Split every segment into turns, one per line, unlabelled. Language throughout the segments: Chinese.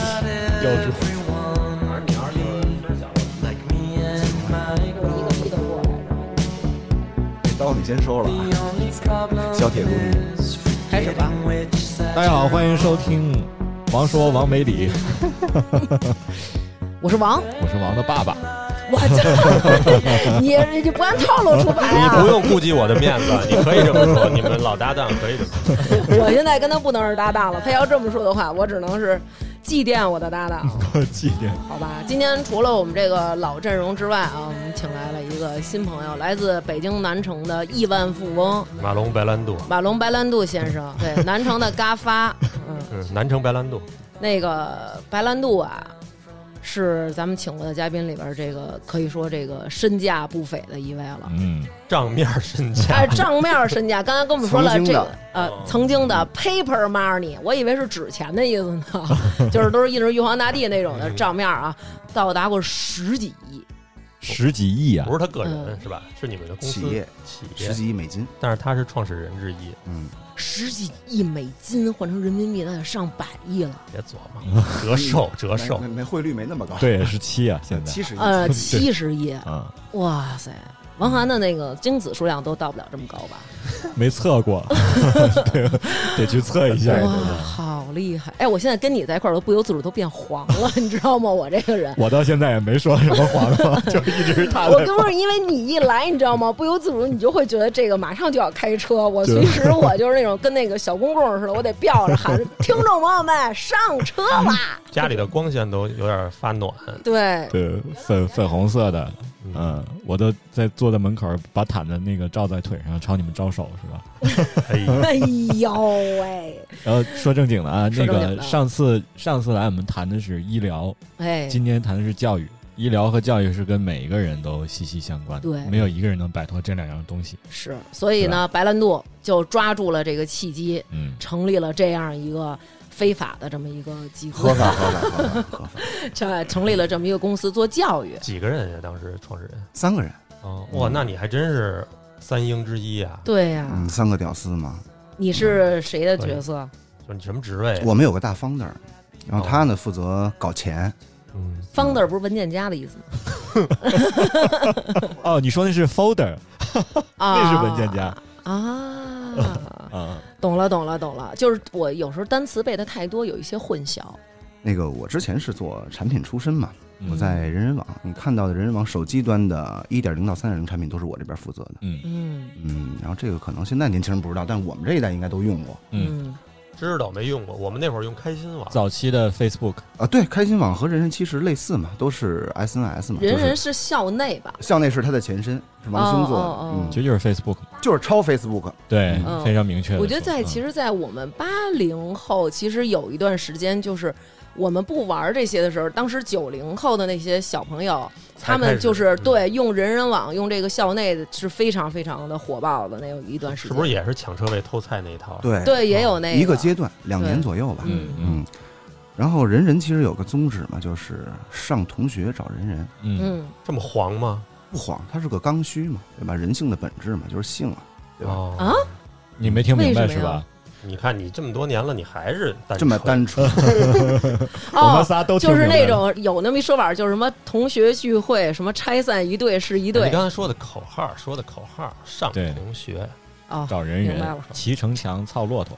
反正你要是有声响，
要住。
有一个逼得过来，
这刀你先收了啊，小铁棍。
开始吧。
大家好，欢迎收听《王说王没理》，
我是王，
我是王的爸爸。
我操，你你不按套路出牌
你不
啊！
用顾及我的面子，你可以这么说，你们老搭档可以这么说。
我现在跟他不能是搭档了，他要这么说的话，我只能是祭奠我的搭档，
祭奠
好吧？今天除了我们这个老阵容之外啊，我们请来了一个新朋友，来自北京南城的亿万富翁
马龙白兰度，
马龙白兰度先生，对，南城的嘎发，嗯。
嗯，南城白兰度，
那个白兰度啊，是咱们请过的嘉宾里边儿这个可以说这个身价不菲的一位了。
嗯，
账面身价
哎，，账面身价，刚才跟我们说了
曾
这
经的嗯
个呃，
哦
曾经的 paper money，我以为是纸钱的意思呢，就是都是印着玉皇大帝那种
嗯
的账面啊，到达过十几亿。
十几亿啊
不！是他个人
嗯
是吧？是你们的公司
企业
企
十
业，
几亿美金，
但是他是创始人之一，
嗯，
十几亿美金换成人民币，那得上百亿了。
别琢磨，折寿折
没
寿
没，没汇率嗯没那么高，，
对，十七啊，现在
七十亿，
呃，
对
七十亿，
啊，
哇塞！王涵的那个精子数量都到不了这么高吧？
没 测过，对，得去测一下。
对对
哇，啊好厉害！哎，我现在跟你在一块儿，我都不由自主都变黄了， 你知道吗？我这个人，
我到现在也没说什么黄 话，就一直他
我
在
跟不是因为你一来，你知道吗？不由自主你就会觉得这个马上就要开车，我随时我就是那种跟那个小公公似的，我得吊着喊着听众朋友们上车啦！
家里的光线都有点发暖，
对，
对粉粉红色的，嗯，我都在坐在门口，把毯子那个罩在腿上，朝你们招手是吧？
哎 呀，
哎呦喂，
然后说正经的啊，
说
那
正经的
个上次上次来我们谈的是医疗，
哎，
今天谈的是教育。医疗和教育是跟每一个人都息息相关的，
对
没有一个人能摆脱这两样东西。
是，所以
啊
呢，白兰度就抓住了这个契机，
嗯，
成立了这样一个非法的这么一个集资
合，法合法合法合法，
成成立了这么一个公司做教育。
几个人啊呀？当时创始人，
三个人，
哦，哇，那你还真是三英之一啊！
对呀、
嗯，三个屌丝嘛。
你是谁的角色？
就你什么职位啊？
我们有个大方的，然后他呢负责搞钱，
嗯，
方字儿不是文件夹的意思吗？
哦，你说那是 folder，
啊，
那是文件夹
啊。
啊，
懂了，懂了，懂了。就是我有时候单词背的太多，有一些混淆。
那个我之前是做产品出身嘛，
嗯
我在人人网，你看到的人人网手机端的一点零到三点零产品都是我这边负责的。
嗯
嗯
嗯，然后这个可能现在年轻人不知道，但我们这一代应该都用过
嗯，
知道没用过，我们那会儿用开心网，
早期的 Facebook
啊。对，开心网和人人其实类似嘛，都是 SNS 嘛，
人
嗯就
人
是
是校内吧？
校内是它的前身，是王兴做的，
哦哦哦
嗯，
其实就是 Facebook，
就是超 Facebook。
对，
嗯
非常明确地说。
我觉得在其
嗯
实，在我们八零后，其实有一段时间就是。我们不玩这些的时候，当时九零后的那些小朋友，
才
他
开
们
始
就是
嗯
对用人人网、用这个校内的是非常非常的火爆的，那有一段时
是
间，
不是也是抢车位偷菜那一套？，啊
对，
对，也有那
哦一个阶段，两
对
年左右吧。
嗯
嗯，然后人人其实有个宗旨嘛，就是上同学找人人，
嗯，
嗯，
这么黄吗？
不慌，它是个刚需嘛，对吧？人性的本质嘛，就是性啊，对吧？
哦
啊，
你没听明白
为什
是
么
吧
呀？
你看你这么多年了，你还是单纯
这么单 纯，
我
哦
们，仨都听
就是
明白
那
了
种有那么一说法，就是什么同学聚会，什么拆散一对是一哎对
哎你，刚才说的口号，说的口号，上
对
同学，
哦，
找人
明白
人
了，
骑城墙操骆驼，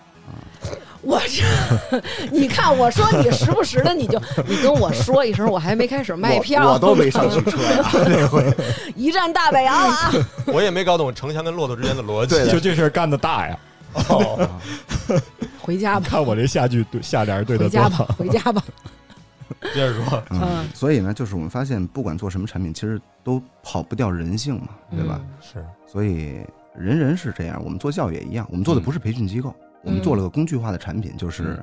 我这， 你看我说你时不时的你就你跟我说一声，我还没开始卖票，
我我都没上汽车呀、那回。
一战大北洋了啊！
我也没搞懂城墙跟骆驼之间的逻辑。
对的
就这事儿干得大 呀！
哦
回家吧，
看我这下句对下联对
回
的多
家吧
好，，
回家吧。
接着说，
嗯
嗯，所以呢，就是我们发现，不管做什么产品，其实都跑不掉人性嘛，
嗯
对吧？
是
所以人人是这样，我们做教育也一样，我们做的不是培训机构，
嗯
我们做了个工具化的产品，就是。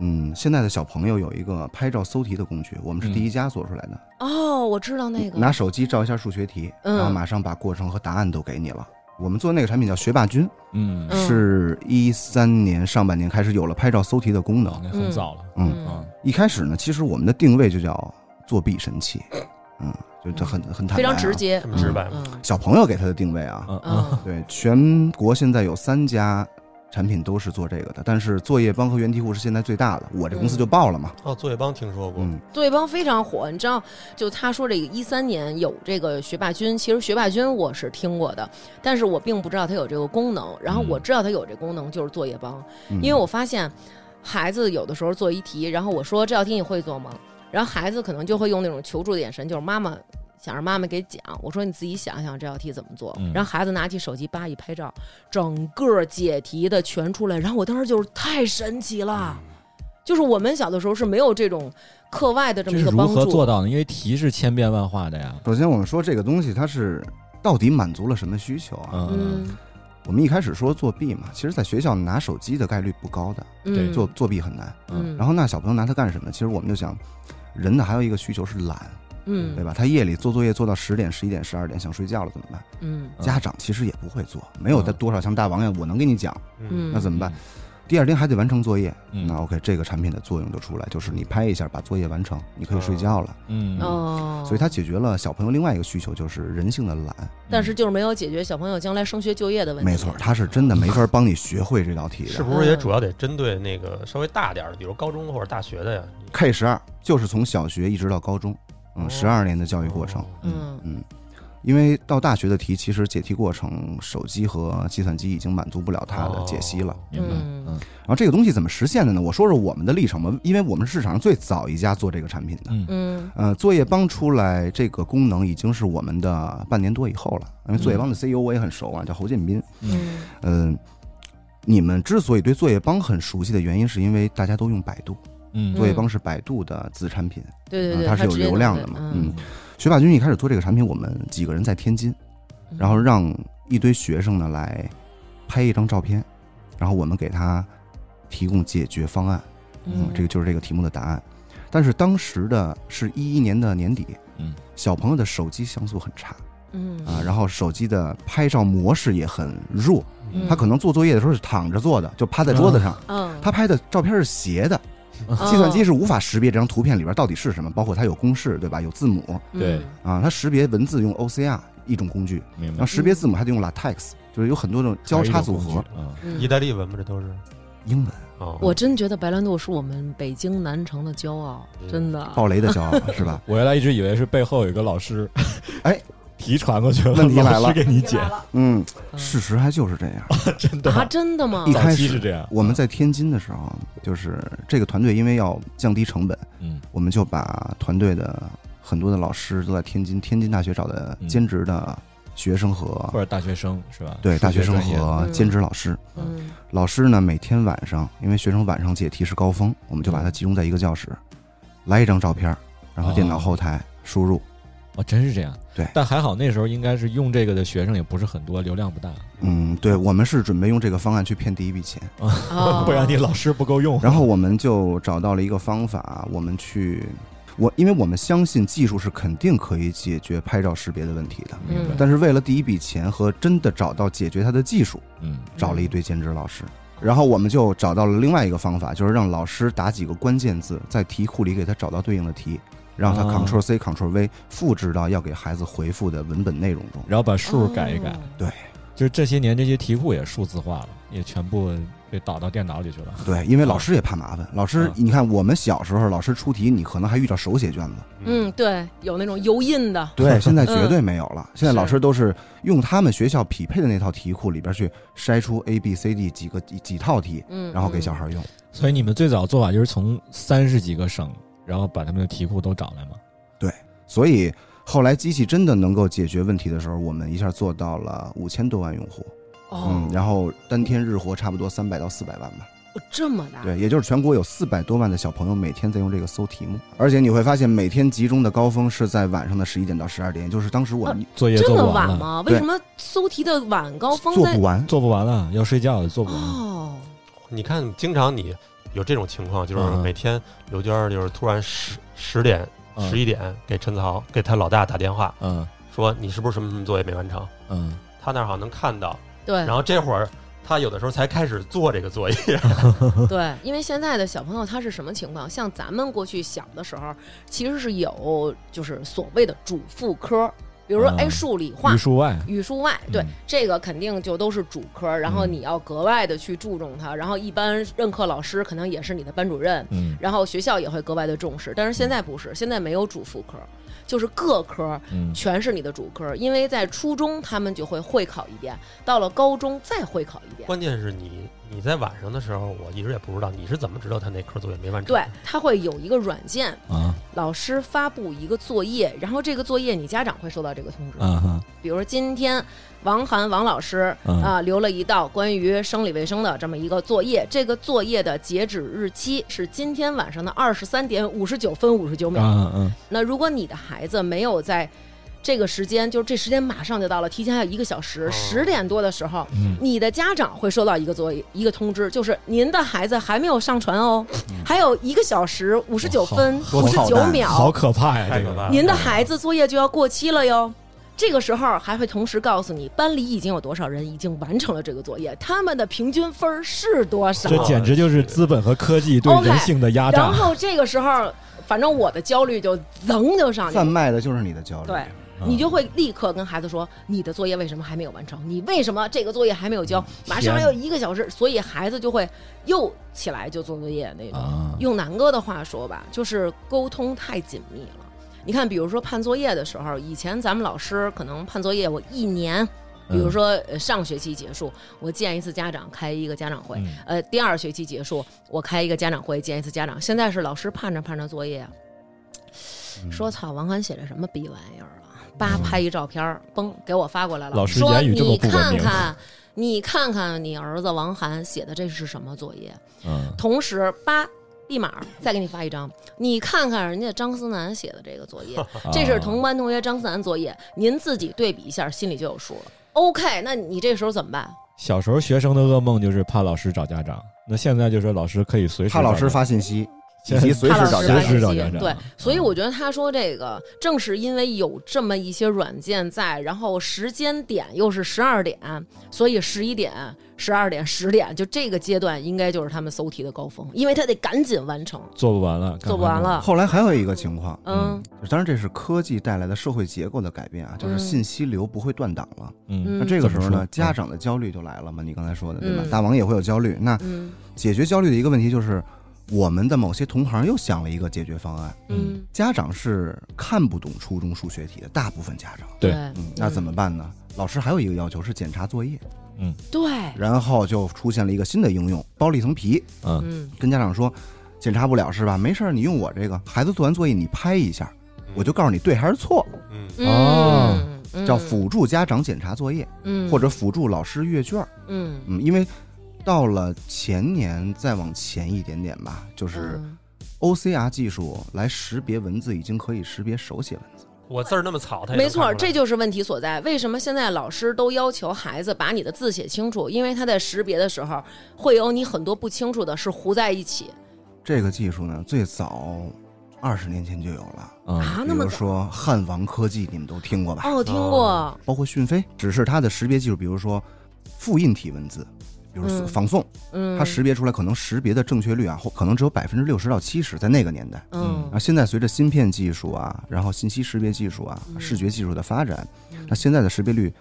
嗯，现在的小朋友有一个拍照搜题的工具，我们是第一家做出来的。
哦，我知道嗯那
拿
个，
手机照一下数学题，
嗯
然后马上把过程和答案都给你了。我们做那个产品叫学霸君，
嗯，
嗯
是一三年上半年开始有了拍照搜题的功能
哦。那很早了，
嗯
嗯，
一开始呢，其实我们的定位就叫作弊神器，嗯，就这很很坦白、啊，
非常直。接
这，么直白吗？
嗯
小朋友给他的定位啊，
嗯嗯
嗯
对，全国现在有三家产品都是做这个的。但是作业帮和原题库是现在最大的，我这公司就
嗯
爆了嘛。
哦，作业帮听说过，
嗯，
作业帮非常火，你知道，就他说这个一三年有这个学霸君，其实学霸君我是听过的，但是我并不知道它有这个功能。然后我知道它有这功能就是作业帮，
嗯
因为我发现孩子有的时候做一题，然后我说这道题你会做吗？然后孩子可能就会用那种求助的眼神，就是妈妈想让妈妈给讲。我说你自己想想这道题怎么做
嗯。
然后孩子拿起手机叭一拍照，整个解题的全出来。然后我当时就是太神奇了，就是我们小的时候是没有这种课外的这
这
么
是
一个
如
帮
何做
助。
到呢？因为题是千变万化的呀。
首先我们说这个东西它是到底满足了什么需求啊？
嗯，
嗯
我们一开始说作弊嘛，其实在学校拿手机的概率不高的，
对
嗯，
作作弊很难。
嗯
然后那小朋友拿它干什么？其实我们就想，人呢还有一个需求是懒，
嗯
对吧？他夜里做作业做到十点、十一点、十二点，想睡觉了怎么办？
嗯
嗯
家长其实也不会做，没有
嗯
的多少像大王一样，我能给你讲，
嗯，
那怎么办？第二天还得完成作业，
嗯
那 OK，这个产品的作用就出来，就是你拍一下把作业完成，你可以睡觉了。
嗯，
哦，
所以它解决了小朋友另外一个需求，就是人性的懒。
但是就是没有解决小朋友将来升学就业的问题。
没错，它是真的没法帮你学会这道题
嗯
是
的。
不是也主要得针对那个稍微大点儿的，比如高中或者大学的呀？
K 十二就是从小学一直到高中，嗯，
哦
十二年的教育过程。
嗯
嗯，因为到大学的题，其实解题过程手机和计算机已经满足不了它
哦
的解析了。
明白。
嗯
嗯
然后这个东西怎么实现的呢？我说说我们的历程吧，因为我们是市场上最早一家做这个产品的。
嗯
嗯
呃，作业帮出来这个功能已经是我们的半年多以后了，因为作业帮的 CEO 我也很熟啊，叫侯建斌。
嗯
嗯、你们之所以对作业帮很熟悉的原因，是因为大家都用百度，
嗯
作业帮是百度的子产品。
对对
啊
对，
它是有
直接
流
能
量
对
的嘛
嗯
嗯，学霸君一开始做这个产品，我们几个人在天津，
嗯
然后让一堆学生呢来拍一张照片，然后我们给他提供解决方案。嗯，这个就是这个题目的答案。但是当时的是一一年的年底，
嗯，
小朋友的手机像素很差
嗯
啊，然后手机的拍照模式也很弱，
嗯
他可能做作业的时候是躺着做的，就趴在桌子上，
嗯，
他拍的照片是斜的，计算机是无法识别这张图片里边到底是什么，包括它有公式对吧，有字母
嗯
对
啊，它识别文字用 OCR 一种工具，
明
然
白
后。识别字母还得用 LaTeX，就是有很多种交叉组合，
嗯，
嗯
意大利文嘛，这都是。
英文
哦，
我真觉得白兰度是我们北京南城的骄傲，真的。
暴雷的骄傲是 吧？
我原来一直以为是背后有一个老师，
哎，
题传过去了，
问题来了
老师给你解，
嗯，
嗯
事实还就是这样。
真的
啊，真的吗
一？
早
开
期
始
是这样。
我们在天津的时候，就是这个团队因为要降低成本，
嗯
我们就把团队的很多的老师都在天津，天津大学找的兼职的学生和、
嗯或者大学生是吧？
对大学生
专业
和
嗯
兼职老师。
嗯
老师呢，每天晚上，因为学生晚上解题是高峰，我们就把它集中在一个教室，来一张照片，然后电脑后台输入。
哦，真是这样。
对
但还好那时候应该是用这个的学生也不是很多，流量不大，
嗯，对，我们是准备用这个方案去骗第一笔钱，
哦
不然你老师不够用。
然后我们就找到了一个方法，我们去，我因为我们相信技术是肯定可以解决拍照识别的问题的，
明白
嗯，
但是为了第一笔钱和真的找到解决它的技术，
嗯
找了一堆兼职老师。然后我们就找到了另外一个方法，就是让老师打几个关键字，在题库里给他找到对应的题，让他
哦
Ctrl C Ctrl V 复制到要给孩子回复的文本内容中。
然后把数改一改，
哦
就是这些年这些题库也数字化了，也全部被导到电脑里去了。
对，因为老师也怕麻烦，老师
嗯
你看我们小时候老师出题，你可能还遇到手写卷子，
嗯，对，有那种油印的，
对，现在
嗯
绝对没有了。现在老师都是用他们学校匹配的那套题库里边去筛出 A、B、C、D 几个几几套题，
嗯，
然后给小孩用。
所以你们最早做法就是从三十几个省，然后把他们的题库都找来嘛。
所以后来机器真的能够解决问题的时候，我们一下做到了五千多万用户，
哦
嗯，，然后单天日活差不多三百到四百万吧。
这么大，
对，也就是全国有四百多万的小朋友每天在用这个搜题目，而且你会发现每天集中的高峰是在晚上的十一点到十二点，也就是当时
哦
我们
作业
这
做
么
不完了，
晚吗？
对
为什么搜题的晚高峰
做
在
不？完。
做不完了，要睡觉也做不完。
哦，
你看，经常你有这种情况，就是
嗯
每天刘娟儿就是突然十十点、
嗯
十一点给陈曹给他老大打电话，
嗯
说你是不是什么什么作业没完成？
嗯，
他那儿好像能看到，
对
然后这会儿他有的时候才开始做这个作业，
对，因为现在的小朋友他是什么情况？像咱们过去小的时候，其实是有就是所谓的主副科，比如说，哎，
嗯
数理化
榆、树外，
语数外，对、
嗯
这个肯定就都是主科，然后
嗯
你要格外的去注重它，然后一般任课老师可能也是你的班主任，
嗯
然后学校也会格外的重视，但是现在不是，现在没有主副科，就是各科
嗯
全是你的主科，因为在初中他们就会会考一遍，到了高中再会考一遍。
关键是你你在晚上的时候，我一直也不知道你是怎么知道他那科作业没完成
对
的。，
他会有一个软件，
啊
老师发布一个作业，然后这个作业你家长会收到这个通知。
啊哈，
比如说今天王涵王老师啊、
嗯
留了一道关于生理卫生的这么一个作业，这个作业的截止日期是今天晚上的二十三点五十九分五十九秒。
嗯嗯
那如果你的孩子没有在这个时间，就是这时间马上就到了，提前还有一个小时，
哦
十、点多的时候，
嗯
你的家长会收到一个作业一个通知，就是您的孩子还没有上传哦，还有一个小时五十九分
嗯哇
五
好
十九秒，
好可怕呀，
太
这
可怕
个
了
您的孩子作业就要过期了哟。这个时候还会同时告诉你，班里已经有多少人已经完成了这个作业，他们的平均分儿是多少。
这简直就是资本和科技对
OK，
人性的压
然
榨。
后这个时候，反正我的焦虑就噌就上去
贩
了，
卖的就是你的焦虑。
对，
嗯
你就会立刻跟孩子说，你的作业为什么还没有完成？你为什么这个作业还没有
嗯
交？马上还有一个小时，所以孩子就会又起来就做作业那种。
啊，
用南哥的话说吧，就是沟通太紧密了。你看，比如说判作业的时候，以前咱们老师可能判作业，我一年，比
嗯
如说呃上学期结束，我见一次家长，开一个家长会；
嗯
呃，第二学期结束，我开一个家长会，见一次家长。现在是老师盼着盼着作业，
嗯
嗯
说操，王涵写的什么逼玩意儿啊？叭拍一照片儿，嘣给我发过来了。
老师
说
言语这么不文
你看
明
看，你看看你儿子王涵写的这是什么作业？
嗯
同时八立马再给你发一张，你看看人家张思南写的这个作业，这
啊
是同班同学张思南作业，您自己对比一下，心里就有数了。OK，那你这时候怎么办？
小时候学生的噩梦就是怕老师找家长，那现在就是老师可以随时
怕老师
找家
发信息，以
长，
及随
怕
时找
老师
家
随
长
发信
时
息
找家长。
对，所以
嗯
我觉得他说这个，正是因为有这么一些软件在，然后时间点又是十二点，所以十一点、十二点、十点，就这个阶段应该就是他们搜题的高峰，因为他得赶紧完成，
做不完了，
做不完了。
后来还有一个情况，
嗯
当然这是科技带来的社会结构的改变啊，就是
嗯
信息流不会断档了。
干嘛呢，嗯
嗯
那这个时候
怎么
呢
说，
家长的焦虑就来了嘛？你刚才说的对吧
嗯？
大王也会有焦虑。那
嗯
解决焦虑的一个问题就是，我们的某些同行又想了一个解决方案。
嗯，
家长是看不懂初中数学题的，大部分家长。
对
嗯，那怎么办呢？老师还有一个要求是检查作业，
对？
然后就出现了一个新的应用，包了一层皮，
嗯
嗯
跟家长说检查不了是吧？没事儿，你用我这个。孩子做完作业你拍一下，我就告诉你对还是错，
嗯，
哦
嗯，嗯
叫辅助家长检查作业
嗯
或者辅助老师阅卷儿。
嗯
嗯，因为到了前年再往前一点点吧，就是
嗯
OCR 技术来识别文字已经可以识别手写文字。
我字儿那么草，他也能
没错，
看出来
这就是问题所在。为什么现在老师都要求孩子把你的字写清楚？因为他在识别的时候，会有你很多不清楚的是糊在一起
这个技术呢，最早二十年前就有了。
嗯，
啊。
比
那么
如
早
说汉王科技，你们都听过吧？啊
哦，听过，
包括讯飞，只是它的识别技术，比如说复印体文字，比如说
嗯
仿宋，
嗯，
它识别出来可能识别的正确率啊，或可能只有百分之六十到七十，在那个年代。
嗯
啊，现在随着芯片技术啊，然后信息识别技术啊，
嗯
视觉技术的发展，
嗯
那啊现在的识别率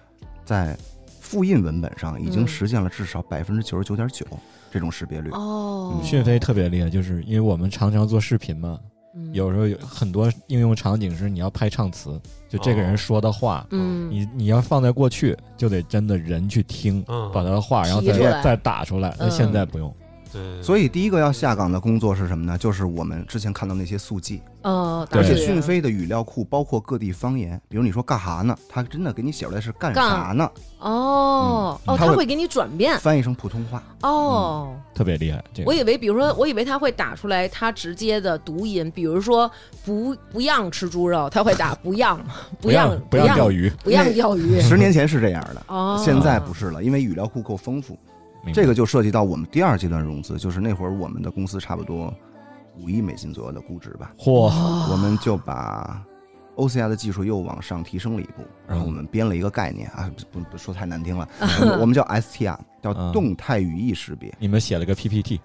在复印文本上已
嗯
经实现了至少百分之九十九点九这种识别率。嗯
嗯
哦，
嗯讯飞特别厉害，就是因为我们常常做视频嘛，
嗯
有时候有很多应用场景是你要拍唱词，就这个
哦
人说的话，
嗯
你你要放在过去，就得真的人去听，
哦
嗯
把他的话，然后
提出
再
来
再打出来。那
嗯
现在不用，
对，
所
以
以第一个要下岗的工作是什么呢？就是我们之前看到那些速记，
呃，
对
而且
打字员
讯飞的语料库包括各地方言，比如你说干哈呢，它真的给你写出来是干啥呢，
哦
嗯
他
哦，他
会嗯
会给你转变
翻译成普通话。
哦。
特别厉害。这
我
个
以为，比如说，我以为他会打出来他直接的读音，比如说不不让吃猪肉，他会打 不让
不
让
不
让
钓鱼，
不让钓鱼。
十年前是这样的，
嗯哦，
现在不是了，因为语料库够丰富。
明白
这个就涉及到我们第二阶段融资，就是那会儿我们的公司差不多五亿美金左右的估值吧，
嗯哦
嚯，
我们就把 OCR 的技术又往上提升了一步，然后我们编了一个概念啊，不不说太难听了，我们我们叫 STR，叫
嗯
动态语义识别。
你们写了个 PPT，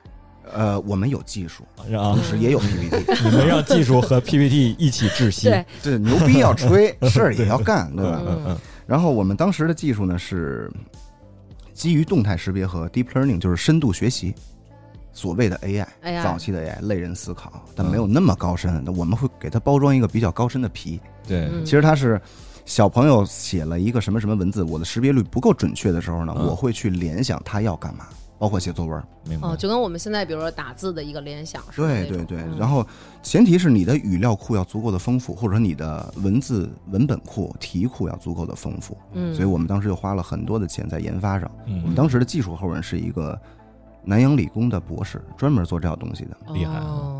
呃，我们有技术，
啊
同，时也有 PPT，
你们让技术和 PPT 一起窒息。
对，
这牛逼要吹，事儿也要干，对吧？
嗯嗯
然后我们当时的技术呢是基于动态识别和 deep learning，就是深度学习，所谓的 AI，,
AI
早期的 AI 类人思考，但没有那么高深。我们会给它包装一个比较高深的皮，
对，
嗯
其实它是。小朋友写了一个什么什么文字，我的识别率不够准确的时候呢，
嗯
我会去联想他要干嘛，包括写作文。
明白
哦，。就跟我们现在比如说打字的一个联想是吧
对
那种
对对
嗯，
然后前提是你的语料库要足够的丰富，或者说你的文字文本库、题库要足够的丰富。
嗯，
所以我们当时就花了很多的钱在研发上。我
嗯
们当时的技术后人是一个南洋理工的博士，专门做这套东西的。
厉害啊
哦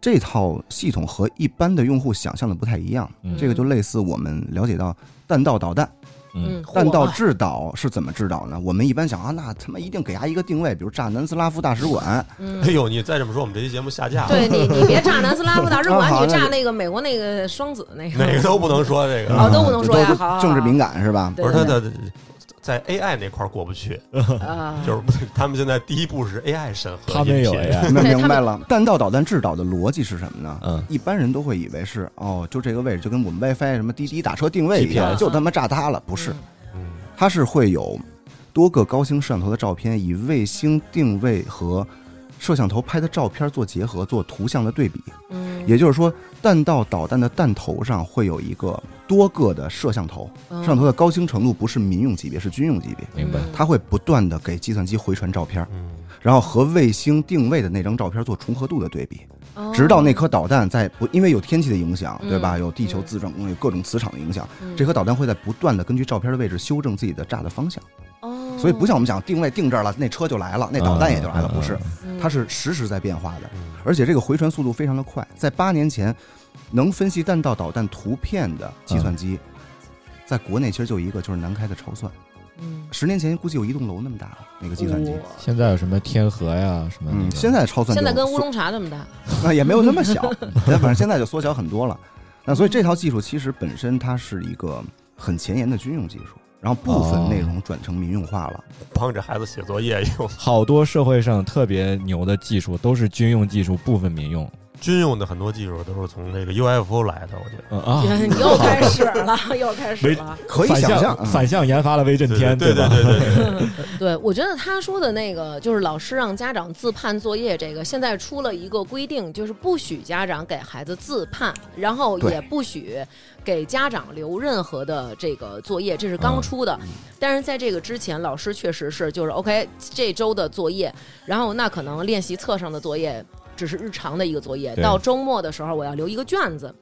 这套系统和一般的用户想象的不太一样，
嗯
这个就类似我们了解到弹道导弹，
嗯
嗯，火
弹道
啊
制导是怎么制导呢？我们一般想啊，那他妈一定给它一个定位，比如炸南斯拉夫大使馆，
嗯
哎呦，你再这么说，我们这期节目下架了，
对你，你别炸南斯拉 夫大使
啊好
馆，你
那
炸
就
那个美国那个双子那个，
哪个都不能说这
哦
个，
都不能说呀
这
好好好
政治敏感是吧？
对
不是他的在 AI 那块儿过不去，
啊，
就是 他们现在第一步是 AI 审核
他们有
音频
AI，
那
对
明
他
白
们
了，弹道导弹制导的逻辑是什么呢？
嗯，
一般人都会以为是哦，就这个位置，就跟我们 WiFi 什么滴滴打车定位一样，
GPS
就他妈炸它了。不是，
嗯
它是会有多个高清摄像头的照片，以卫星定位和摄像头拍的照片做结合，做图像的对比。
嗯，
也就是说，弹道导弹的弹头上会有一个多个的摄像头，
嗯
摄像头的高清程度不是民用级别，是军用级别。
明白。
它会不断的给计算机回传照片，
嗯，
然后和卫星定位的那张照片做重合度的对比。
哦
直到那颗导弹在不因为有天气的影响，对吧？
嗯
有地球
嗯
自转功率、各种磁场的影响，
嗯
这颗导弹会在不断的根据照片的位置修正自己的炸的方向。
哦，
所以不像我们讲定位定这儿了，那车就来了，那导弹也就来了，
嗯
不是，
嗯
它是实时在变化的，
嗯
而且这个回传速度非常的快。在八年前，能分析弹道导弹图片的计算机，
嗯
在国内其实就一个，就是南开的潮算。
嗯
十年前估计有一栋楼那么大了，那个计算机。
哇
现在有什么天河呀，什么那
嗯，
个？
现在超算
哦
啊
现在
就
跟
缩
乌龙茶这么大，
那也没有那么 小，但反正现在就缩小很多了。那所以这套技术其实本身它是一个很前沿的军用技术，然后部
哦
分内容转成民用化了。
帮着孩子写作业用，
好多社会上特别牛的技术都是军用技术，部分民用。
军用的很多技术都是从这个 UFO 来的，我觉得。
嗯啊，
你 又开始了，又开始了。
可以
反
想象，
向
嗯
反向研发了威震天，
对对
吧？
对对对，
对，我觉得他说的那个就是老师让家长自判作业，这个现在出了一个规定，就是不许家长给孩子自判，然后
对
也不许给家长留任何的这个作业，这是刚
嗯
出的。但是在这个之前，老师确实是就是 OK 这周的作业，然后那可能练习册上的作业只是日常的一个作业，
对
到周末的时候我要留一个卷子。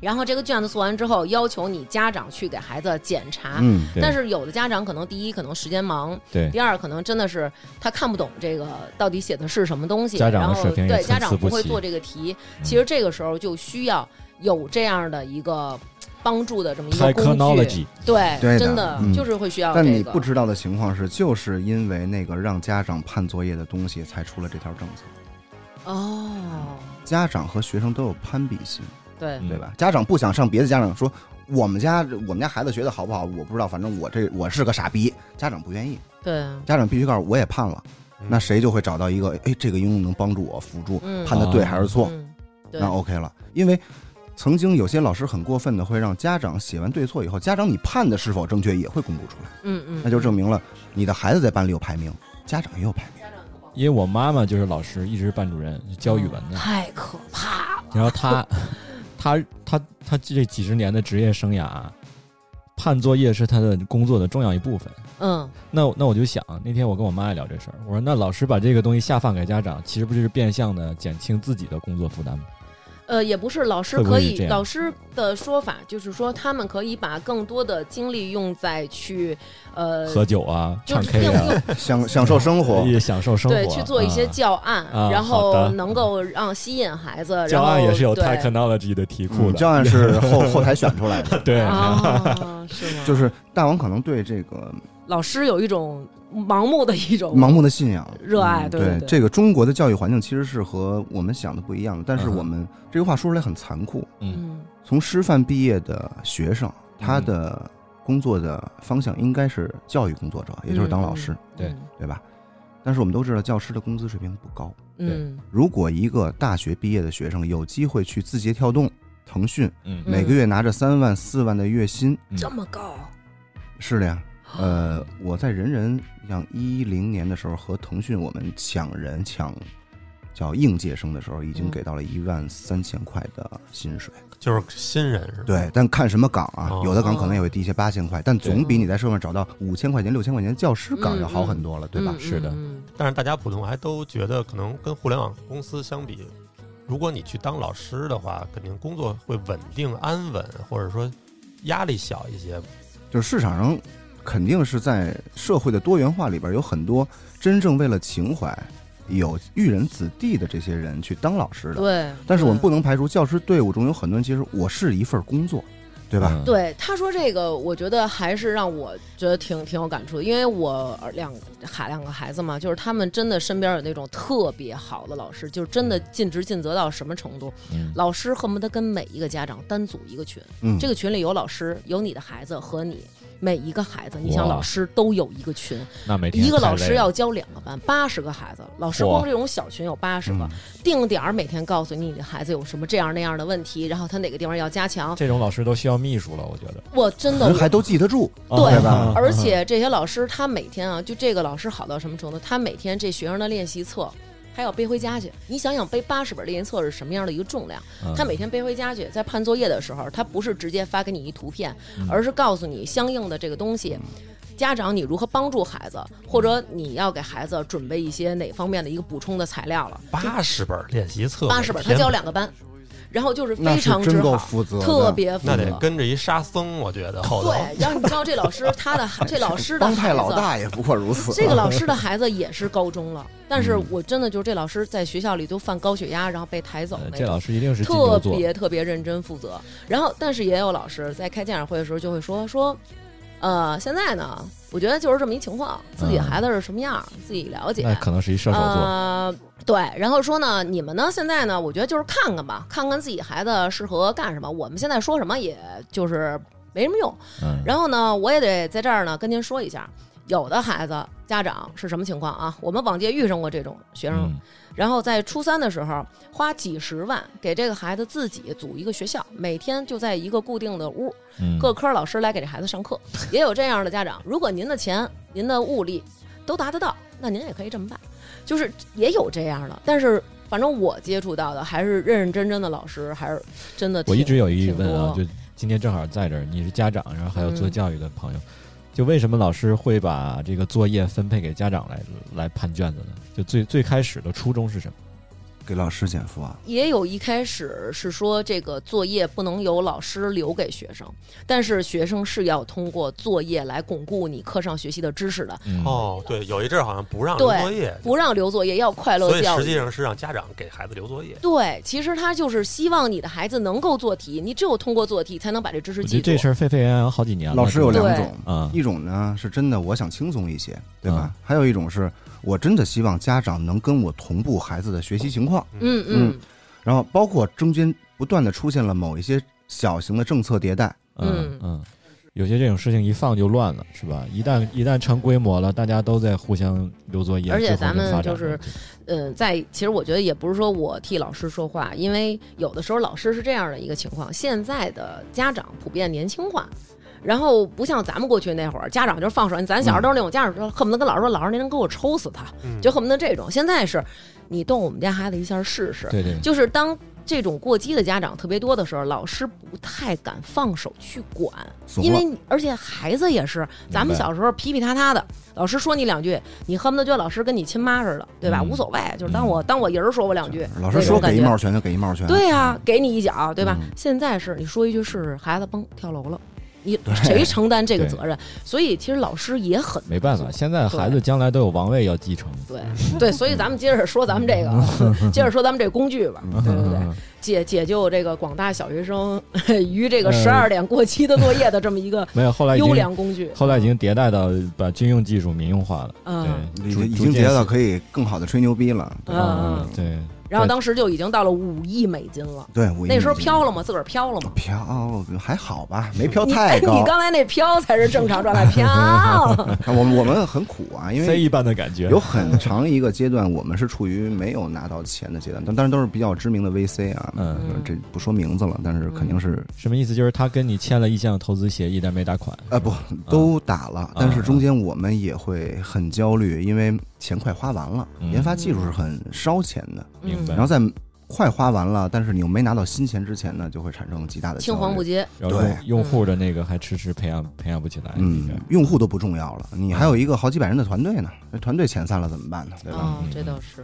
然后这个卷子做完之后，要求你家长去给孩子检查，
嗯，
对
但是有的家长可能第一可能时间忙，
对
第二可能真的是他看不懂这个到底写的是什么东西，
家长的
然
水
后
平也
对
参
家
差
长
不
不会
齐嗯
做这个题，其实这个时候就需要有这样的一个帮助的这么一个工具，
technology，
对，
对的
真的、
嗯
就是会需要
但
这
你
个
不。知道的情况是，就是因为那个让家长判作业的东西，才出了这条政策。
哦，
家长和学生都有攀比心，
对，
嗯
对吧？家长不想上别的家长说。我们家我们家孩子学的好不好，我不知道，反正我这我是个傻逼，家长不愿意，
对，
家长必须告诉我也判了，
嗯
那谁就会找到一个，哎，这个应用能帮助我辅助
嗯
判的对还是错，
嗯，对
那，OK 了。因为曾经有些老师很过分的会让家长写完对错以后，家长你判的是否正确也会公布出来，
嗯嗯，
那就证明了你的孩子在班里有排名，家长也有排名。
因为我妈妈就是老师，一直是班主任，教语文的。
嗯太可怕了，
然后她，她，她，她这几十年的职业生涯啊，判作业是她的工作的重要一部分。
嗯，
那我那我就想，那天我跟我妈也聊这事儿，我说那老师把这个东西下放给家长，其实不就是变相的减轻自己的工作负担吗？
呃，也不是，老师
会不会
可
是
以
这，样
老师的说法就是说，他们可以把更多的精力用在去，呃，
喝酒啊，
就
唱
是
K
用
啊，
用
享享受生活， 嗯
也享受生活，
对，去做一些
啊
教案，
啊
然
好的
后能够让吸引孩子。然
教案
后
也是有
对
technology 的题库
嗯
的，
教案是后后台选出来的。
对，
啊，是吗？
就是大王可能对这个
老师有一种盲目的一种
盲目的信仰、
热爱
嗯
对
对
对对
这个中国的教育环境其实是和我们想的不一样的。但是
嗯哼
我们、这句话说出来很残酷，
嗯
嗯
从师范毕业的学生，他的工作的方向应该是教育工作者，也就是当老师。
嗯
对
嗯
对吧？但是我们都知道，教师的工资水平不高。
嗯
如果一个大学毕业的学生有机会去字节跳动、腾讯，
嗯
嗯
每个月拿着三万、四万的月薪，
这么高，
是的呀。
哦
呃，我在人人像一零年的时候和腾讯我们抢人抢叫应届生的时候，已经
嗯
给到了一万三千块的薪水。
就是新人是吧？
对，但看什么岗啊，
哦
有的岗可能也会低一些八千块，但总比你在社会上找到五千块钱、六千块钱的教师岗要好很多了，对吧
嗯？
是的
嗯
但是大家普通还都觉得，可能跟互联网公司相比，如果你去当老师的话，肯定工作会稳定安稳，或者说压力小一些。
就是市场上肯定是在社会的多元化里边有很多真正为了情怀、有育人子弟的这些人去当老师的。
对。嗯
但是我们
对
不能排除教师队伍中有很多人，其实我是一份工作，对
嗯
吧？？
对他说这个，我觉得还是让我觉得挺挺有感触的，因为我儿两孩两个孩子嘛，就是他们真的身边有那种特别好的老师，就是真的尽职尽责到什么程度，
嗯
老师恨不得跟每一个家长单组一个群，
嗯，
这个群里有老师，有你的孩子和你。每一个孩子，你想
哇
老师都有一个群，
那每天
一个
太
老
累
师要
了
教两个班，八十个孩子，老师
嚯
光这种小群有八十
嗯
个，定点儿每天告诉你你的孩子有什么这样那样的问题，然后他哪个地方要加强。
这种老师都需要秘书了，我觉得。
我真的
人
我
还都记得住，
对
哦对吧？
而
嗯
且这些老师他每天啊，就这个老师好到什么程度？他每天这学生的练习册。他要背回家去，你想想背八十本练习册是什么样的一个重量？
嗯
他每天背回家去，在判作业的时候，他不是直接发给你一图片
嗯，
而是告诉你相应的这个东西，家长你如何帮助孩子，或者你要给孩子准备一些哪方面的一个补充的材料了。
八十本练习册，
八十本，他教两个班，然后就是
那
非
是
常
真
之
够
好，
负责的，
特别负
那
责
得。跟着一沙僧，我觉得后头
嗯对，然后你知道这老师他的这老师的
帮派
孩
老
子
大也不过如此。
这个老师的孩子也是高中了，但是我真的就是这老师在学校里都犯高血压，然后被抬走
呃
那
这
种。
老师一定是金牛
特
座，
别特别认真负责，然后但是也有老师在开家长会的时候就会说说，呃，现在呢，我觉得就是这么一情况，自己
嗯
孩子是什么样儿、自己了解，
那可能是一射手座。
呃，对，然后说呢，你们呢现在呢，我觉得就是看看吧，看看自己孩子适合干什么。我们现在说什么，也就是没什么用。
嗯，
然后呢，我也得在这儿呢跟您说一下，有的孩子家长是什么情况啊？我们往届遇上过这种学生，
嗯
然后在初三的时候花几十万给这个孩子自己组一个学校，每天就在一个固定的屋，
嗯
各科老师来给这孩子上 课。也有这样的家长，如果您的钱、您的物力都达得到，那您也可以这么办。就是也有这样的，但是反正我接触到的还是认认真真的老师，还是真的挺。
我一直有一疑
挺
问啊，
多
就今天正好在这儿，你是家长，然后还有做
嗯
教育的朋友，就为什么老师会把这个作业分配给家长来来判卷子呢？就最最开始的初衷是什么？
给老师减负啊，
也有一开始是说这个作业不能由老师留给学生，但是学生是要通过作业来巩固你课上学习的知识的，
嗯，
哦，对，有一阵儿好像不让留
对
作业，
不让留作业，要快
所
乐
以
教
实际
育。
上是让家长给孩子留作业。
对，其实他就是希望你的孩子能够做题，你只有通过做题才能把这知识
我觉
记
得
住
这。事儿沸沸扬扬好几年了。
老师有
是吧
两
对
种，
啊，
一种呢是真的我想轻松一些，对吧？还有一种是我真的希望家长能跟我同步孩子的学习情况，
嗯嗯
然后包括中间不断的出现了某一些小型的政策迭代，
嗯
嗯
嗯，有些这种事情一放就乱了，是吧？一旦一旦成规模了，大家都在互相留作业，
而且
最后
咱们
发展
就是
了
嗯，在其实我觉得也不是说我替老师说话，因为有的时候老师是这样的一个情况，现在的家长普遍年轻化。然后不像咱们过去那会儿，家长就是放手，咱
嗯
小时候都是那种家长，就恨不得跟老师说：“老师，您能给我抽死他？”
嗯
就恨不得这种。现在是，你动我们家孩子一下试试。
对对，
就是当这种过激的家长特别多的时候，老师不太敢放手去管，
怂
因
了
为。你而且孩子也是，咱
明
们
白
小时候皮皮塌塌的，老师说你两句，你恨不得觉得老师跟你亲妈似的，对吧？
嗯
无所谓，就是当
嗯
我当我爷儿说我两句，
老师
那
说
种感
给一
觉
帽拳就给一帽拳，
对啊，给你一脚，对吧？
嗯
现在是你说一句试试，孩子嘣跳楼了，你谁承担这个
对
责任？所以其实老师也很
嗯
没办法，现在孩子将来都有王位要继承。
对对，所以咱们接着说咱们这
嗯
个，啊接着说咱们这工具吧，对不 对？解解救这个广大小学生 于
嗯
这个十二点过期的作业的这么一个
没有，后来已
优
经
良工具。
后来已经迭代到把军用技术民用化了。
嗯
对，
已
逐
经已
逐
经
渐
觉得
是
可以更好的吹牛逼了，对吧
嗯
对，
然后当时就已经到了五亿美金了。
对，五一
那时候
美金
飘了吗？自个儿飘了吗？
飘还好吧，没飘
你
太高
你。刚才那飘才是正常状态， 飘。
啊我们我们很苦啊，因
飞
为
一般的感觉，
有很长一个阶段，我们是处于没有拿到钱的阶段，但当然都是比较知名的 VC 啊，
嗯，
这不说名字了，但是肯定是
什么意思？就是他跟你签了意向投资协议，但没打款。
啊不
嗯
都打了，但是中间我们也会很焦虑，因为钱快花完了，
嗯
研发技术是很烧钱的，
嗯
明白
然后在快花完了，但是你又没拿到新钱之前呢，就会产生极大的
青
焦
黄
虑
不接，
然后用用户的那个还迟迟培养培养不起来，应
嗯
该，
用户都不重要了，你还有一个好几百人的团队呢，那团队遣散了怎么办呢？对吧？啊
哦，这 倒是。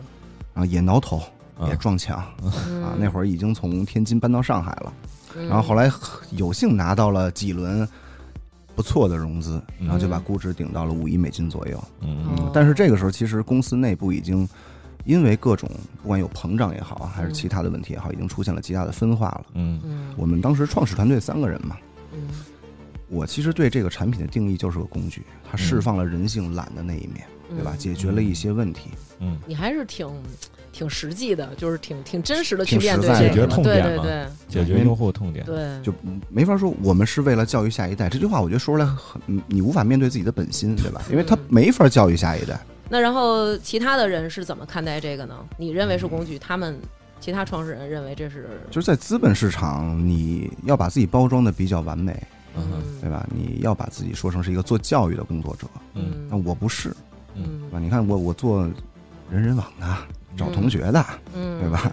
然后也挠头，
啊
也撞墙啊
啊。
那会儿已经从天津搬到上海了，
儿，
然后后来有幸拿到了几轮不错的融资，
嗯
然后就把估值顶到了五亿美金左右。
嗯
哦
嗯，但是这个时候其实公司内部已经因为各种不管有膨胀也好啊，还是其他的问题也好，已经出现了极大的分化了。
嗯
嗯，
我们当时创始团队三个人嘛，
嗯
我其实对这个产品的定义就是个工具，它释放了人性懒的那一面，对吧？
嗯
解决了一些问题，
嗯，
你还是挺挺实际的，就是挺挺真实的去
挺实
面对
在
这
的
个
解决痛
对
点
对
嘛
对
解决用户痛点，
对，
就没法说我们是为了教育下一代这句话，我觉得说出来很，你无法面对自己的本心，对吧？因为他
嗯
没法教育下一代。
那然后其他的人是怎么看待这个呢？你认为是工具，他们其他创始人认为这是
就是在资本市场，你要把自己包装的比较完美，
嗯哼
对
嗯
吧？你要把自己说成是一个做教育的工作者，
嗯
那我不是，对吧？
嗯
你看我，我做人人网的，找同学的，
嗯
对吧？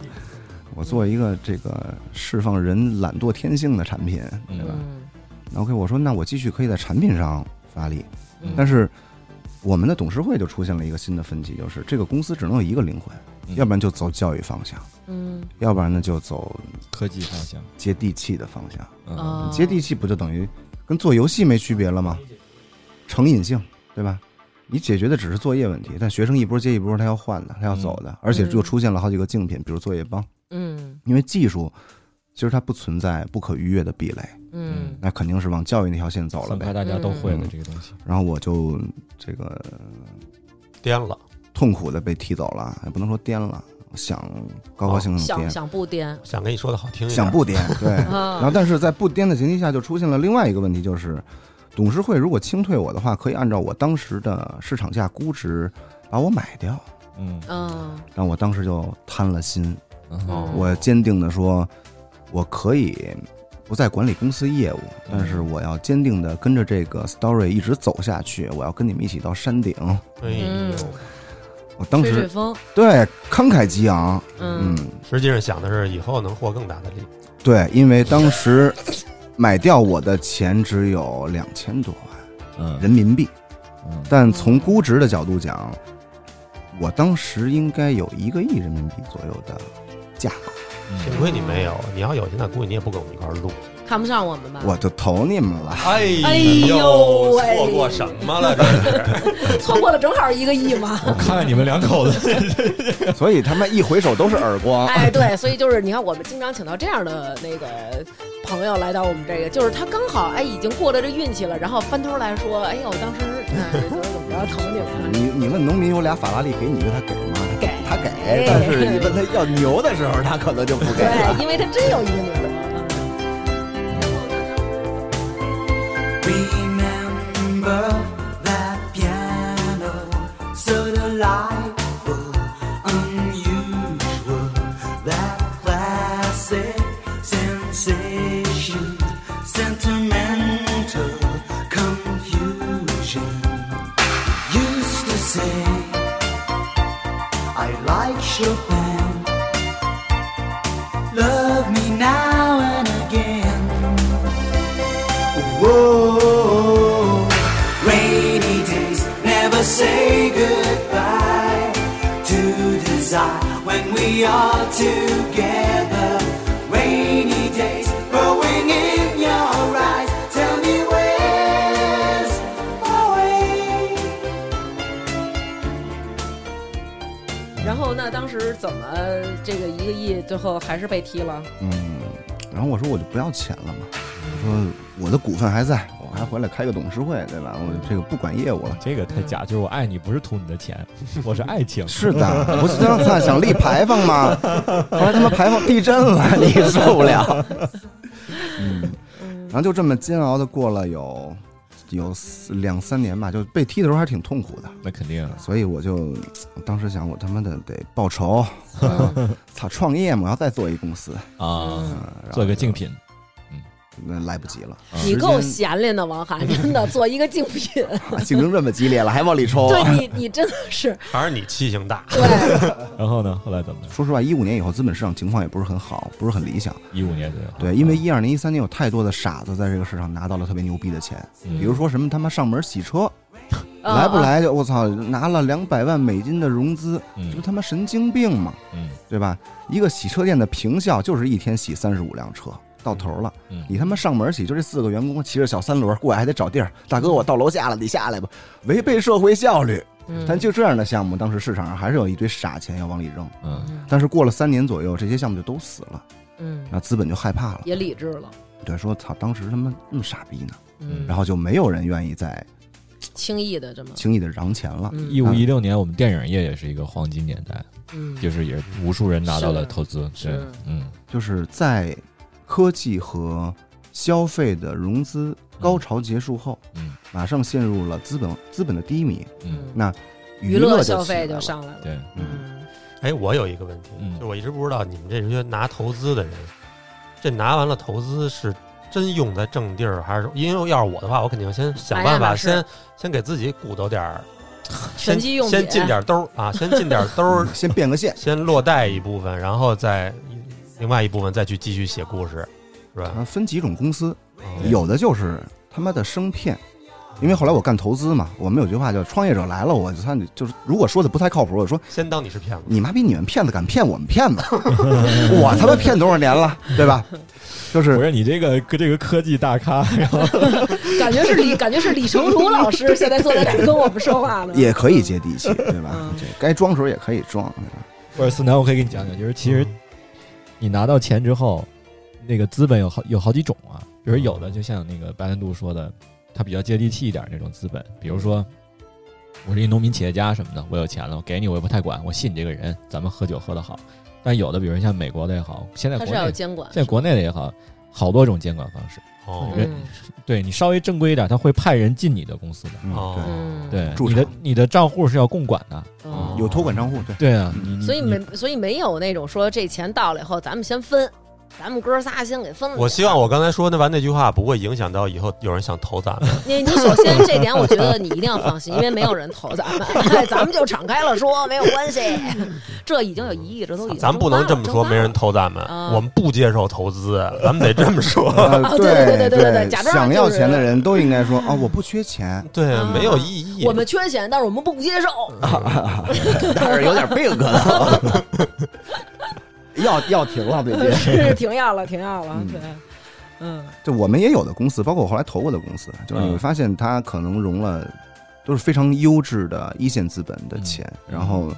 我做一个这个释放人懒惰天性的产品，对吧？
嗯
那 OK，我说那我继续可以在产品上发力，
嗯
但是我们的董事会就出现了一个新的分歧，就是这个公司只能有一个灵魂，
嗯
要不然就走教育方向，
嗯
要不然呢就走
科技方向，
接地气的方向。
嗯
接地气不就等于跟做游戏没区别了吗？成瘾性，对吧？你解决的只是作业问题，但学生一波接一波，他要换的，他要走的，而且又出现了好几个竞品，比如作业帮，
嗯
因为技术。其实它不存在不可逾越的壁垒，
嗯
那肯定是往教育那条线走了
散
呗
开。大家都会的
嗯
这个东西，
然后我就这个
颠了，
痛苦的被踢走了，也不能说颠了，想高高兴兴地
哦想
颠，哎
想不颠
想跟你说的好听一点，
想不颠，对。 然后
啊，
但是在不颠的前提下，就出现了另外一个问题，就是董事会如果清退我的话，可以按照我当时的市场价估值把我买掉。
嗯，
嗯
但我当时就贪了心，
哦
我坚定的说，我可以不再管理公司业务，但是我要坚定的跟着这个 story 一直走下去，我要跟你们一起到山顶。
哎呦，
嗯
我当
吹吹
时
风
对慷慨激昂，
嗯
嗯，
实际上想的是以后能获更大的利。
对，因为当时买掉我的钱只有两千多万
嗯
人民币，
嗯
但从估值的角度讲，我当时应该有一个亿人民币左右的价格，
嗯
幸亏你没有，你要有现在估计你也不跟我们一块儿录。
看不上我们吧？
我就投你们 了。
哎
哎呦喂
错过什么了？这是
错过了正好一个亿嘛。
我看你们两口子，
所以他们一回手都是耳光。
哎，对，所以就是你看，我们经常请到这样的那个朋友来到我们这个，就是他刚好哎已经过了这运气了，然后翻头来说，哎呦，我当时哎怎么怎么着疼你们
你
了。
你问农民有俩法拉利给你一个，他给吗？
给
他给，但是你问他要牛的时候，他可能就不给了。
对，因为他真有一个女儿。
Remember that piano so delightful, unusual, that classic sensation, sentimental confusion. Used to say, I like Chopin. Love me now and again. Whoa, rainy days never say goodbye to desire when we are together. Rainy days growing in your eyes. Tell me where's my way?
嗯然后那当时怎么这个一个亿最后还是 被踢了？
嗯，然后我说我就不要钱了嘛，我说我的股份还在，我我还回来开个董事会，对吧？我这个不管业务了。
这个太假，就是我爱你不是图你的钱，我是爱情。
是的，不是让他想立牌坊吗？后来他妈牌坊地震了，你受不了。嗯，然后就这么煎熬的过了有有四两三年吧，就被踢的时候还挺痛苦的，
那肯定啊，
所以我就当时想，我他妈的得报仇，
嗯
操，创业嘛，我要再做一公司，
啊，
嗯，然后
做个竞品，
那来不及了，啊
你够
时
闲练的，王涵，真的做一个竞品，
间竞争这么激烈了，还往 里抽。啊
对你，你真的是
还是你气性大，
对，
然后呢，后来怎么的？
说实话，一五年以后资本市场情况也不是很好，不是很理想。
一五年左右，
对，因为一二年、一三年有太多的傻子在这个市场拿到了特别牛逼的钱，
嗯哦
比如说什么他妈上门洗车，
啊
来不？来就我操，拿了两百万美金的融资，这不
嗯
他妈神经病吗？
嗯
对吧？一个洗车店的平效就是一天洗三十五辆车，到头了。
嗯
你他妈上门洗，就这四个员工骑着小三轮过来还得找地儿，大哥我到楼下了，你下来吧，违背社会效率。
嗯
但就这样的项目，当时市场上还是有一堆傻钱要往里扔。
嗯
嗯
但是过了三年左右，这些项目就都死了，
嗯，
那资本就害怕了，
也理智了，
对，说操，当时他妈那么傻逼呢，
嗯，
然后就没有人愿意再
轻易的这么，
轻易的攘钱了。
嗯
一五一六年，我们电影业也是一个黄金年代，
嗯
就是也是无数人拿到了
是
投资，对
是，
嗯
就是在科技和消费的融资高潮结束后，
嗯
马上陷入了资本资本的低迷，
嗯，
那
娱
乐
乐
就
消
起来
费就
了。
上来了，
对，
嗯，
嗯
哎，我有一个问题，
嗯
就我一直不知道你们这些拿投资的人，这拿完了投资是真用在正地儿，还是因为要是我的话，我肯定先想办
买
法，
亚马逊
先先给自己鼓捣点儿，
拳
先
击用
先
品
进点儿兜儿啊，先进点儿
嗯
兜儿，
先变个现
先落袋一部分，然后再另外一部分再去继续写故事，是吧？
啊，分几种公司，
嗯
有的就是他妈的生骗。因为后来我干投资嘛，我们有句话叫“创业者来了”，我就算就是如果说的不太靠谱，我说
先当你是骗子，
你妈逼你们骗子敢骗我们骗 子，我他妈骗多少年了，对吧？就
不
是
是你这个这个科技大咖，然后
感觉是李，感觉是李成儒老师 现在坐在这儿跟我们说话呢，
也可以接地气，对吧
嗯？
这该装时候也可以装，对吧？
不是思南，我可以给你讲讲，就是其实
嗯
你拿到钱之后，那个资本有好有好几种啊，比
嗯
如有的就像那个白兰度说的，它比较接地气一点那种资本，比如说我是一农民企业家什么的，我有钱了，我给你我也不太管，我信你这个人，咱们喝酒喝得好。但有的，比如像美国的也好，现在
他
国
是
内
要有
现
监管，
在国内的也好，好多种监管方式。
哦
人
嗯
对你稍微正规一点，他会派人进你的公司的。
嗯，
哦
对，
嗯，
对，
驻
你的
场
你的账户是要共管的。
哦嗯
有托管账户，对，嗯
对啊，你
嗯
你
所以
你
没，所以没有那种说这钱到了以后，咱们先分，咱们哥仨先给分了。
我希望我刚才说那完那句话不会影响到以后有人想投咱们。
你你首先这点，我觉得你一定要放心，因为没有人投咱 们，哎咱们就敞开了说，没有关系。这已经哦有一亿，这都已经
咱不能这么
蒸
说，
发了
没人投咱们
啊，
我们不接受投资，咱们得这么说。
呃
哦对对对对
对
对对假装
想
就
要
是
钱的人都应该说啊，我不缺钱，
对
啊，
没有意义。
我们缺钱，但是我们不 接受。
啊
但是有点病可能。 要要停了，最近。
是停药了，停药了
嗯
对，嗯
就我们也有的公司，包括我后来投过的公司，就是你会发现它可能融了都是非常优质的一线资本的钱，
嗯
然后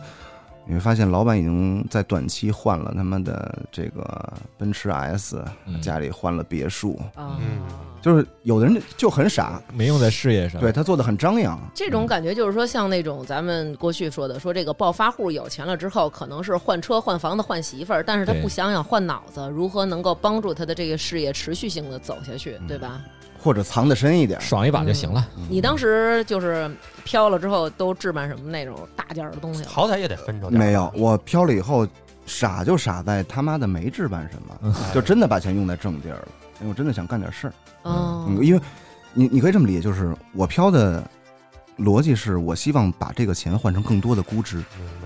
你会发现老板已经在短期换了他们的这个奔驰 S，、
嗯
家里换了别墅，
啊
嗯
就是有的人就很傻，
没用在事业上。
对他做的很张扬，
这种感觉就是说，像那种咱们过去说的，说这个暴发户有钱了之后，可能是换车、换房子、换媳妇儿，但是他
对
不想想换脑子，如何能够帮助他的这个事业持续性的走下去，
嗯
对吧？
或者藏得深一点，
爽一把就行了。
嗯
你当时就是飘了之后，都置办什么那种大件儿的东西了？
好歹也得分着
嗯
点儿。
没有，我飘了以后，傻就傻在他妈的没置办什么，就真的把钱用在正地儿了。因为我真的想干点事儿，
嗯
嗯，因为你你可以这么理解，就是我飘的逻辑是我希望把这个钱换成更多的估值，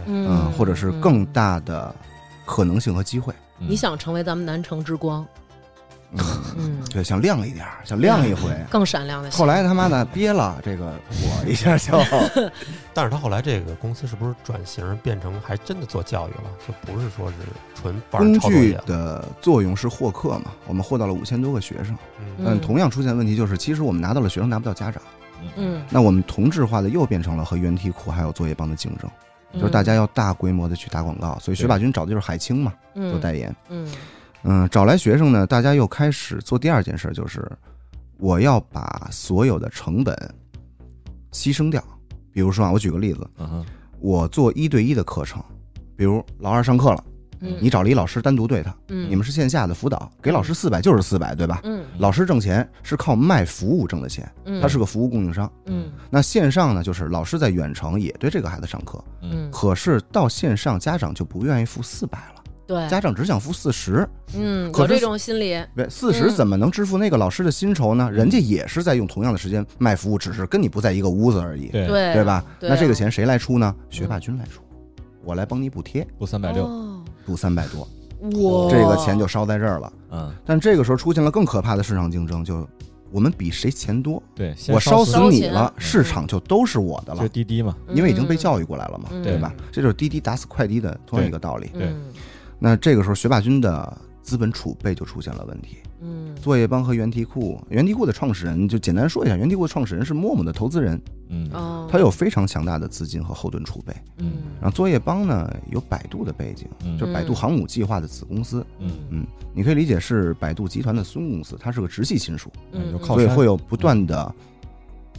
明
嗯，
嗯，
或者是更大的可能性和机会，
嗯。你想成为咱们南城之光，
嗯，
嗯，
对，想亮一点儿，想亮一回。
更闪亮的 星。
后来他妈的憋了，这个我一下 就
白，但是他后来这个公司是不是转型变成还真的做教育了，就不是说是纯玩
工
抄作
具
业了。
的作用是获客嘛，我们获到了五千多个学生，
嗯，
但同样出现的问题就是，其实我们拿到了学生，拿不到家长。
嗯，
那我们同质化的又变成了和原题库还有作业帮的竞争，
嗯，
就是大家要大规模的去打广告，所以学霸君找的就是海清嘛，
嗯
做代言。
嗯
嗯，找来学生呢，大家又开始做第二件事，就是我要把所有的成本牺牲掉。比如说啊，我举个例子，
嗯哼，
我做一对一的课程，比如老二上课了，
嗯
你找了一老师单独对他，
嗯
你们是线下的辅导，给老师四百就是四百，对吧？
嗯
老师挣钱是靠卖服务挣的钱，
嗯，
他是个服务供应商。
嗯
那线上呢，就是老师在远程也对这个孩子上课，
嗯
可是到线上家长就不愿意付四百了，
对，
家长只想付四十。
嗯
可
有
是
这种心理，
对，四十
嗯
怎么能支付那个老师的薪酬呢？人家也是在用同样的时间卖服务，只是跟你不在一个屋子而已，
对，
对
对吧？
对
那
啊
这个钱谁来出呢？学霸君来出，我来帮你补贴，
不三百六，
哦，
补三百多，
哇，
这个钱就烧在这儿了。
嗯，
但这个时候出现了更可怕的市场竞争，就我们比谁钱多，
对，先
我
烧
烧死
烧
你
钱
了，
嗯
市场就都是我的
就
了
是，滴滴嘛，
因为已经被
嗯
教育过来了嘛，
嗯
对吧？这就是滴滴打死快滴的同样一个道理。
对
嗯
那这个时候，学霸君的资本储备就出现了问题。
嗯
作业帮和原题库，原题库的创始人就简单说一下，原题库的创始人是陌陌的投资人，
嗯，
哦，
他有非常强大的资金和后盾储备。
嗯
然后作业帮呢有百度的背景，
嗯
就是百度航母计划的子公司，
嗯
嗯，你可以理解是百度集团的孙公司，它是个直系亲属，
嗯就靠
所以
山
会有不断的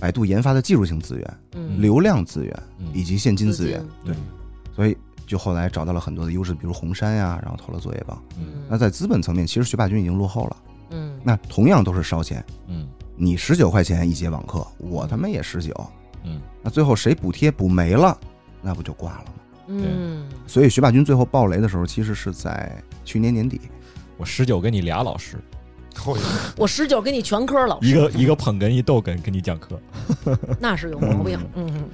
百度研发的技术性资源、
嗯
流量资源
嗯
以及现金资源，，
对，
所以就后来找到了很多的优势，比如红杉呀、然后投了作业帮。
嗯
那在资本层面，其实学霸君已经落后了，
嗯
那同样都是烧钱。
嗯
你十九块钱一节网课，我他妈也十九，
嗯
那最后谁补贴补没了，那不就挂了吗？
嗯
所以学霸君最后爆雷的时候，其实是在去年年底，
我十九跟你俩老师，
我
我十九给你全科老
嗯
一
师，
个一个捧哏，一逗哏，跟你讲课，
那是有毛病，嗯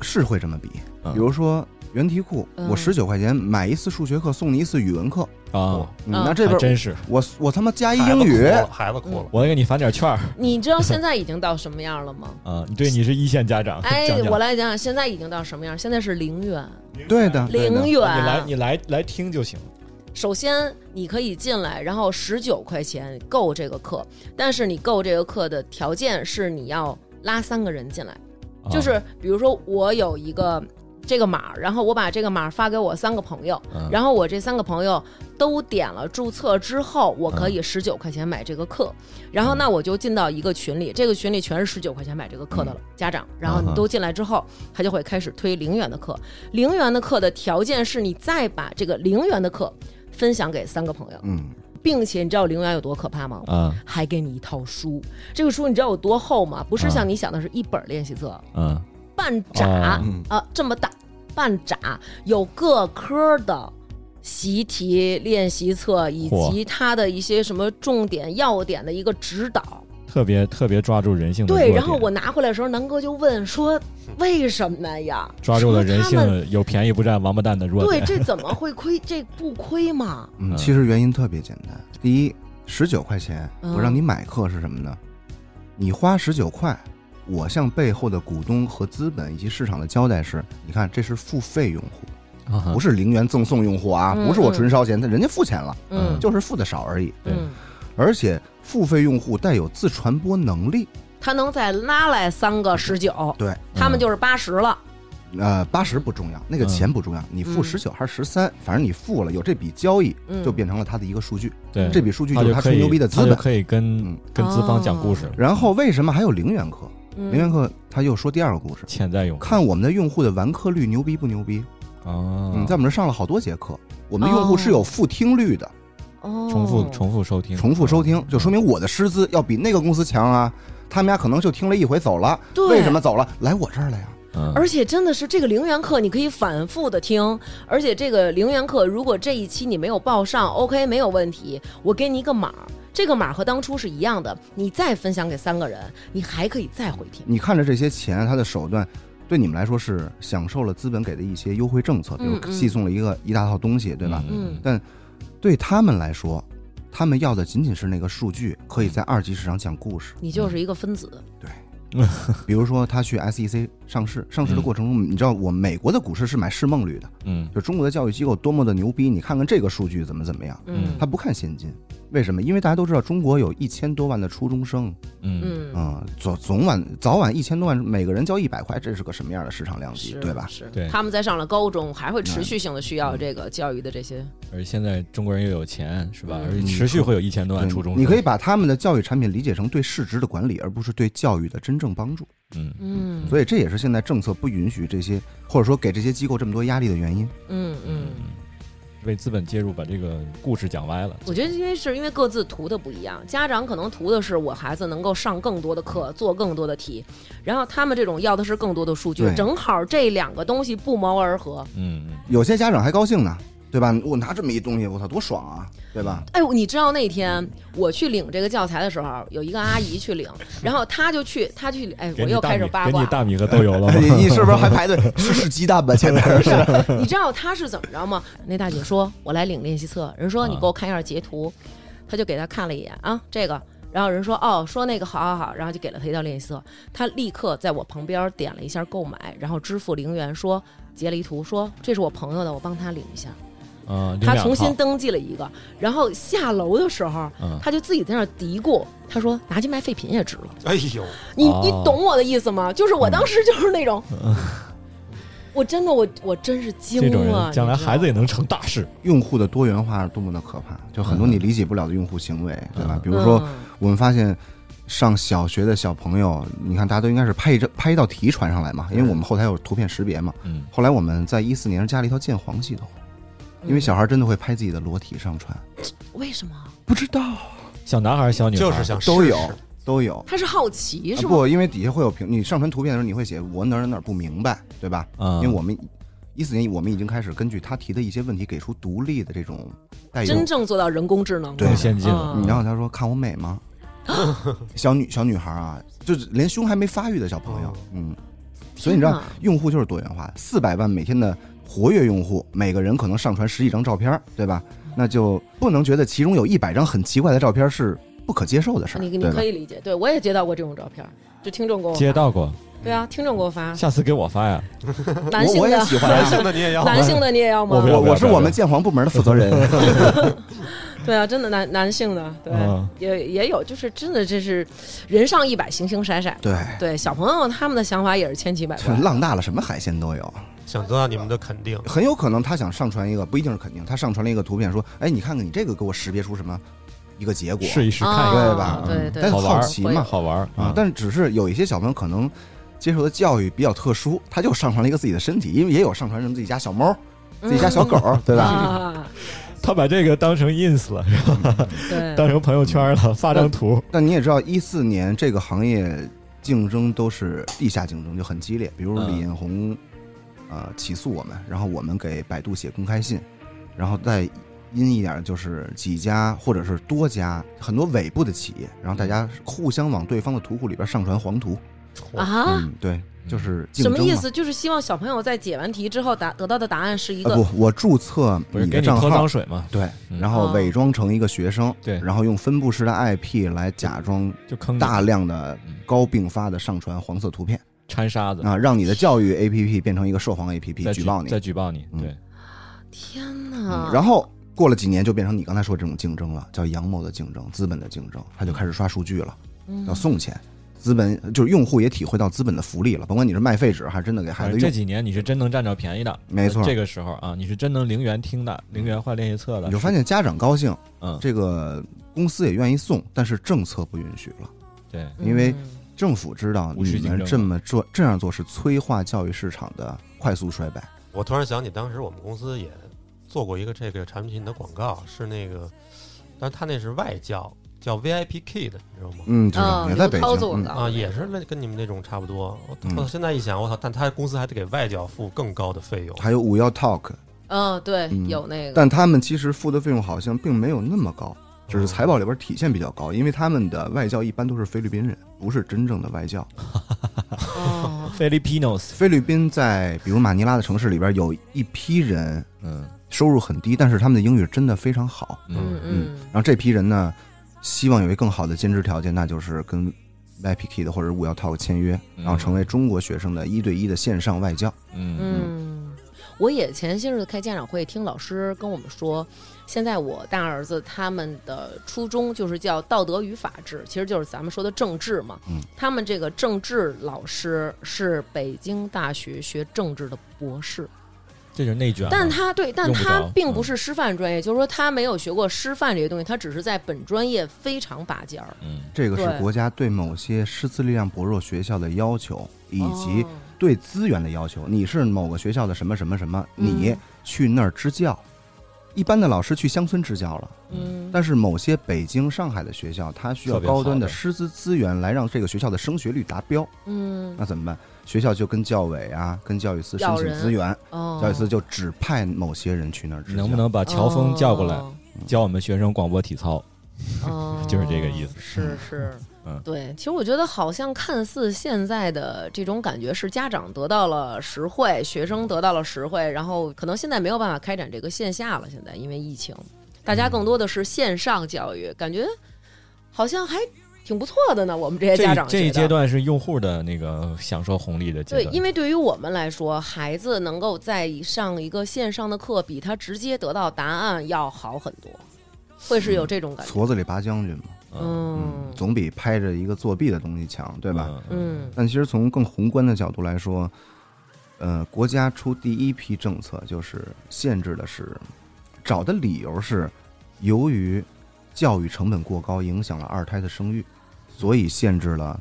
是会这么比。
嗯
比如说原题库，
嗯
我十九块钱买一次数学课，送你一次语文课，
啊，
嗯
嗯
那这
还
边
真是，
我我他妈加一
孩
英
子哭
语，
了孩子哭
嗯
了，
我得给你返点券儿
你知道现在已经到什么样了吗？
啊，你对你是一线家长，
哎
讲，讲
我来讲讲现在已经到什么样，现在是零元，
对的，啊对的
零
你来
元。
你来来听就行，
首先你可以进来，然后十九块钱购这个课，但是你购这个课的条件是你要拉三个人进来。
啊
就是比如说我有一个这个码儿，然后我把这个码儿发给我三个朋友，
嗯
然后我这三个朋友都点了注册之后，我可
嗯
以十九块钱买这个课，然后那我就进到一个群里，这个群里全是十九块钱买这个课
嗯
的家长，然后你都进来之后，他就会开始推零元的课，零元的课的条件是你再把这个零元的课分享给三个朋友，
嗯，
并且你知道零元有多可怕吗？
啊
还给你一套书，这个书你知道有多厚吗？不是
啊
像你想的是一本儿练习册，
嗯
半扎
哦
啊、这么大，半扎有各科的习题、练习册以及
嚯
它的一些什么重点要点的一个指导。
特别特别抓住人性的弱
对，
嗯点，
然后我拿回来的时候，南哥就问说：“为什么呀？”
抓住了人
说
性
他们。
的有便宜不占王八蛋的弱
对，
点，
这怎么 会亏？这不亏吗？
嗯，
嗯
其实原因特别简单。第一，十九块钱，
嗯
我让你买课是什么呢？你花十九块，我向背后的股东和资本以及市场的交代是：你看，这是付费用户，
啊
不是零元赠送用户啊，
嗯
不是我纯烧钱，但人家付钱了，
嗯，
就是付的少而已。
对
嗯，
而且付费用户带有自传播能力，
他能再拉来三个十九，
嗯
对，
他们就是八十了。
呃，八十不重要，那个钱不重要，你付
嗯
十九还是十三，反正你付了，有这笔交易
嗯
就变成了他的一个数据，
对
这笔数据
他
就是
就
他
可
吹
以
牛逼的资
他就
本。
可以跟
嗯
跟资方讲故事
哦，
然后为什么还有零元课？
嗯
林元克他又说第二个故事，
潜在用户
看我们的用户的完课率牛逼不牛逼？
啊，
嗯，在我们这上了好多节课，我们的用户是有复听率的，
哦，嗯
重复重复收听，
重复收听，就说明我的师资要比那个公司强啊。他们家可能就听了一回走了，
对
为什么走了？来我这儿了呀。
嗯，
而且真的是这个零元课，你可以反复的听。而且这个零元课，如果这一期你没有报上，OK 没有问题，我给你一个码儿，这个码儿和当初是一样的，你再分享给三个人，你还可以再回听。
你看着这些钱，他的手段。对你们来说是享受了资本给的一些优惠政策，比
嗯
如
嗯
寄送了一个一大套东西，对吧？
嗯
嗯
对他们来说，他们要的仅仅是那个数据，
嗯
可以在二级市场讲故事。
你就是一个分子，
比如说，他去 SEC 上市，上市的过程中，你知道我美国的股市是买市梦率的，
嗯
就中国的教育机构多么的牛逼，你看看这个数据怎么怎么样，
嗯
他不看现金，为什么？因为大家都知道中国有一千多万的初中生，
嗯
嗯，
嗯，早总晚早晚一千多万，每个人交一百块，这是个什么样的市场量级嗯
是，
对吧？
是，
对
他们在上了高中还会持续性的需要这个教育的这些
而现在中国人又有钱，是吧？
嗯
而且持续会有一千多万
对
初中
嗯
生。
你可以把他们的教育产品理解成对市值的管理，而不是对教育的真正帮助。
嗯
嗯，
所以这也是现在政策不允许这些，或者说给这些机构这么多压力的原因。
嗯嗯。
为资本介入把这个故事讲歪了。
我觉得因为是因为各自图的不一样，家长可能图的是我孩子能够上更多的课，做更多的题，然后他们这种要的是更多的数据，
对
正好这两个东西不谋而合。
嗯嗯
有些家长还高兴呢，对吧？我拿这么一东西，我操，多爽啊，对吧？
哎呦，你知道那天我去领这个教材的时候，有一个阿姨去领，然后她就去，她去，哎，
给
我
你
又
大
开始
米
八
给
卦
你
了。
大米 和豆油了 吗？
你是不是还排队？ 是是鸡蛋吧？现 在是。
你知道他是怎么着吗？那大姐说：“我来领练习册。”人
嗯
说：“你给我看一下截图。他就给他看了一眼啊，这个。然后人说：“哦，说那个好好好。”然后就给了他一道练习册。他立刻在我旁边点了一下购买，然后支付零元，说截了一图，说这是我朋友的，我帮他领一下。
啊，领
他
两
重新
套
登记了一个，然后下楼的时候，
嗯，
他就自己在那儿嘀咕，他说：“拿去卖废品也值了。”
哎呦，
你
哦嗯
你懂我的意思吗？就是我当时就是 那种，我真的我我真是惊了。啊
这种人将来
你知道吗
孩子也能成大事。
用户的多元化是多么的可怕，就很多你理解不了的用户行为，对吧
嗯？
比如说，
嗯
我们发现上小学的小朋友，你看大家都应该是拍一张拍一道题传上来嘛，因为我们后台有图片识别嘛。
嗯
后来我们在一四年加了一套鉴黄系统，因为小孩真的会拍自己的裸体上传，
嗯为什么？
不知道
小男孩儿小女孩儿
就是想试试
都有都有。
他是好奇
啊
是吗？
不，因为底下会有评，你上传图片的时候你会写我哪儿哪儿不明白，对吧？
嗯
因为我们一四年我们已经开始根据他提的一些问题给出独立的这种带有
真正做到人工智能了，
对
更先进了。
嗯
然后他说：“看我美吗？” 小女小女孩啊，就是连胸还没发育的小朋友
哦，
嗯，所以你知道
天哪，
用户就是多元化，四百万每天的活跃用户，每个人可能上传十几张照片，对吧？那就不能觉得其中有一百张很奇怪的照片是不可接受的事儿，
你
对
你
吧
可？以理解。对我也接到过这种照片，就听众给我发
接到过，
对啊，听众给我发
下次给我发呀！
男性
我也
的
喜欢啊
男性的你也要
男性的你也要吗
我不？要
我我是我
不
们
要
鉴黄部门的负责人，
对啊，真的男男性的对
嗯
也也有，就是真的这是人上一百形形色色。
对，
对小朋友他们的想法也是千奇百
这
怪。
浪大了，什么海鲜都有。
想得到你们的肯定，
很有可能他想上传一个，不一定是肯定，他上传了一个图片，说：“哎，你看看你这个给我识别出什么一个结果，
试一试看一看，
对
啊
吧？嗯
对对
但是
好玩
好
儿
奇
会有
嘛，
好玩儿
啊，但是只是有一些小朋友可能接受的教育比较特殊，他就上传了一个自己的身体，因为也有上传什么自己家小猫、自己家小狗，对吧？
嗯啊，
他把这个当成 ins 了，
对，
当成朋友圈
嗯
了，发张图。
但你也知道，一四年这个行业竞争都是地下竞争，就很激烈。比如
嗯
李彦宏，呃，起诉我们，然后我们给百度写公开信，然后再阴一点就是几家或者是多家很多尾部的企业，然后大家互相往对方的图库里边上传黄图。
啊，
嗯，对，就是竞
什
争
么
嘛。
意思？就是希望小朋友在解完题之后答得到的答案是一
啊、
个
不，我注册
不是给
的
你
账
泼
号
脏，水吗？
对，
嗯
然后伪装成一个学生，
对
然后用分布式的 IP 来假装
就坑你
大量的
嗯
高并发的上传黄色图片
掺沙子，
啊，让你的教育 APP 变成一个涉黄 APP
再
举报你
再。举报你。
嗯
对，
天
嗯
哪！
然后过了几年就变成你刚才说这种竞争了，叫杨某的竞争，资本的竞争，他就开始刷数据了，
嗯
要送钱。资本就是用户也体会到资本的福利了，甭管你是卖废纸还是真的给孩子
反正这
用，
几年你是真能占着便宜的，
嗯没错
这个时候啊，你是真能零元听的，零元换练习册的。
你就发现家长高兴，
嗯，
这个公司也愿意送，但是政策不允许了。
对，
因为
嗯
政府知道
无需
你
竞
们
争
这么做这样做是催化教育市场的快速衰败。
我突然想起，当时我们公司也做过一个这个产品的广告，是那个，但是他那是外教，叫 VIP Kid，你知道吗？
嗯，知道
嗯，
也在北
刘涛做
京。
的
嗯
啊，也是那跟你们那种差不多。我
嗯
我现在一想，我操！但他公司还得给外教付更高的费用。
还有五幺 Talk，
嗯，对，
嗯
有那个，
但他们其实付的费用好像并没有那么高，只
哦
是财报里边体现比较高，因为他们的外教一般都是菲律宾人，不是真正的外教。
哦，
Filipinos，
菲律宾在比如马尼拉的城市里边有一批人
嗯
收入很低，但是他们的英语真的非常好。
嗯
嗯，
嗯
然后这批人呢，希望有一更好的兼职条件，那就是跟 YPK 的或者五幺 Talk 签约，
嗯
然后成为中国学生的一对一的线上外教。
嗯
嗯，我也前些日子开家长会，听老师跟我们说，现在我大儿子他们的初衷就是叫道德与法治，其实就是咱们说的政治嘛。
嗯
他们这个政治老师是北京大学学政治的博士，
这就是内卷嘛。
但他对，但
啊用不
他
着
并
嗯
不是师范专业，就是说他没有学过师范这些东西，他只是在本专业非常拔尖儿，
嗯，
这个是
对
国家对某些师资力量薄弱学校的要求，以及
哦
对资源的要求。你是某个学校的什么什么什么，你
嗯
去那儿支教。一般的老师去乡村支教了，
嗯，
但是某些北京、上海的学校，它需要
特别好
高端的
的
师资资源来让这个学校的升学率达标。
嗯
那怎么办？学校就跟教委啊、跟教育司申
要
请
人
资源，
哦，
教育司就指派某些人去那儿支教。
能不能把乔峰叫过来
哦，嗯
教我们学生广播体操？
哦
就是这个意思
是是，
嗯
对。其实我觉得，好像看似现在的这种感觉是家长得到了实惠，学生得到了实惠，然后可能现在没有办法开展这个线下了。现在因为疫情，大
嗯
家更多的是线上教育，感觉好像还挺不错的呢。我们这些家
这
长
这一
觉得
阶段是用户的那个享受红利的阶
对，
段，
因为对于我们来说，孩子能够在上一个线上的课，比他直接得到答案要好很多，会是
嗯
有这种感觉。
矬子里拔将军嘛，
嗯
总比拍着一个作弊的东西强，对吧？？
嗯
但其实从更宏观的角度来说，呃，国家出第一批政策就是限制的是，找的理由是，由于教育成本过高，影响了二胎的生育，所以限制了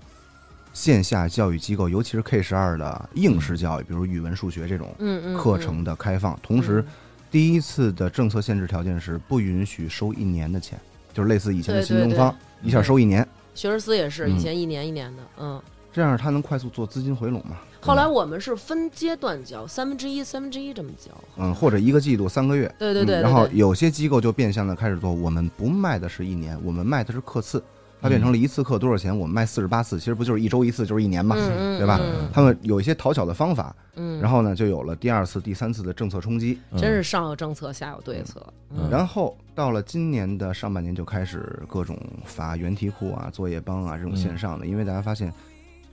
线下教育机构，尤其是 K 十二的应试教育，比如语文、数学这种
嗯嗯，
课程的开放。同时，第一次的政策限制条件是不允许收一年的钱，就是类似以前的
对
新
对
东
对嗯
方，一下收一年，
学而思也是
嗯
以前一年一年的，嗯。
这样它能快速做资金回笼嘛？对吧
后来我们是分阶段教，三分之一、三分之一这么教。
嗯，或者一个季度三个月，
对对对
嗯
对
然后
对
有些机构就变相的开始做，我们不卖的是一年，我们卖的是课次，它变成了一次课多少钱？我们卖四十八次，其实不就是一周一次，就是一年嘛，
嗯嗯
对吧？
嗯
他们有一些讨巧的方法，
嗯，
然后呢，就有了第二次、第三次的政策冲击，
嗯
真是上有政策，下有对策。
嗯
然后到了今年的上半年就开始各种发原题库啊、作业帮啊这种线上
嗯
的，因为大家发现，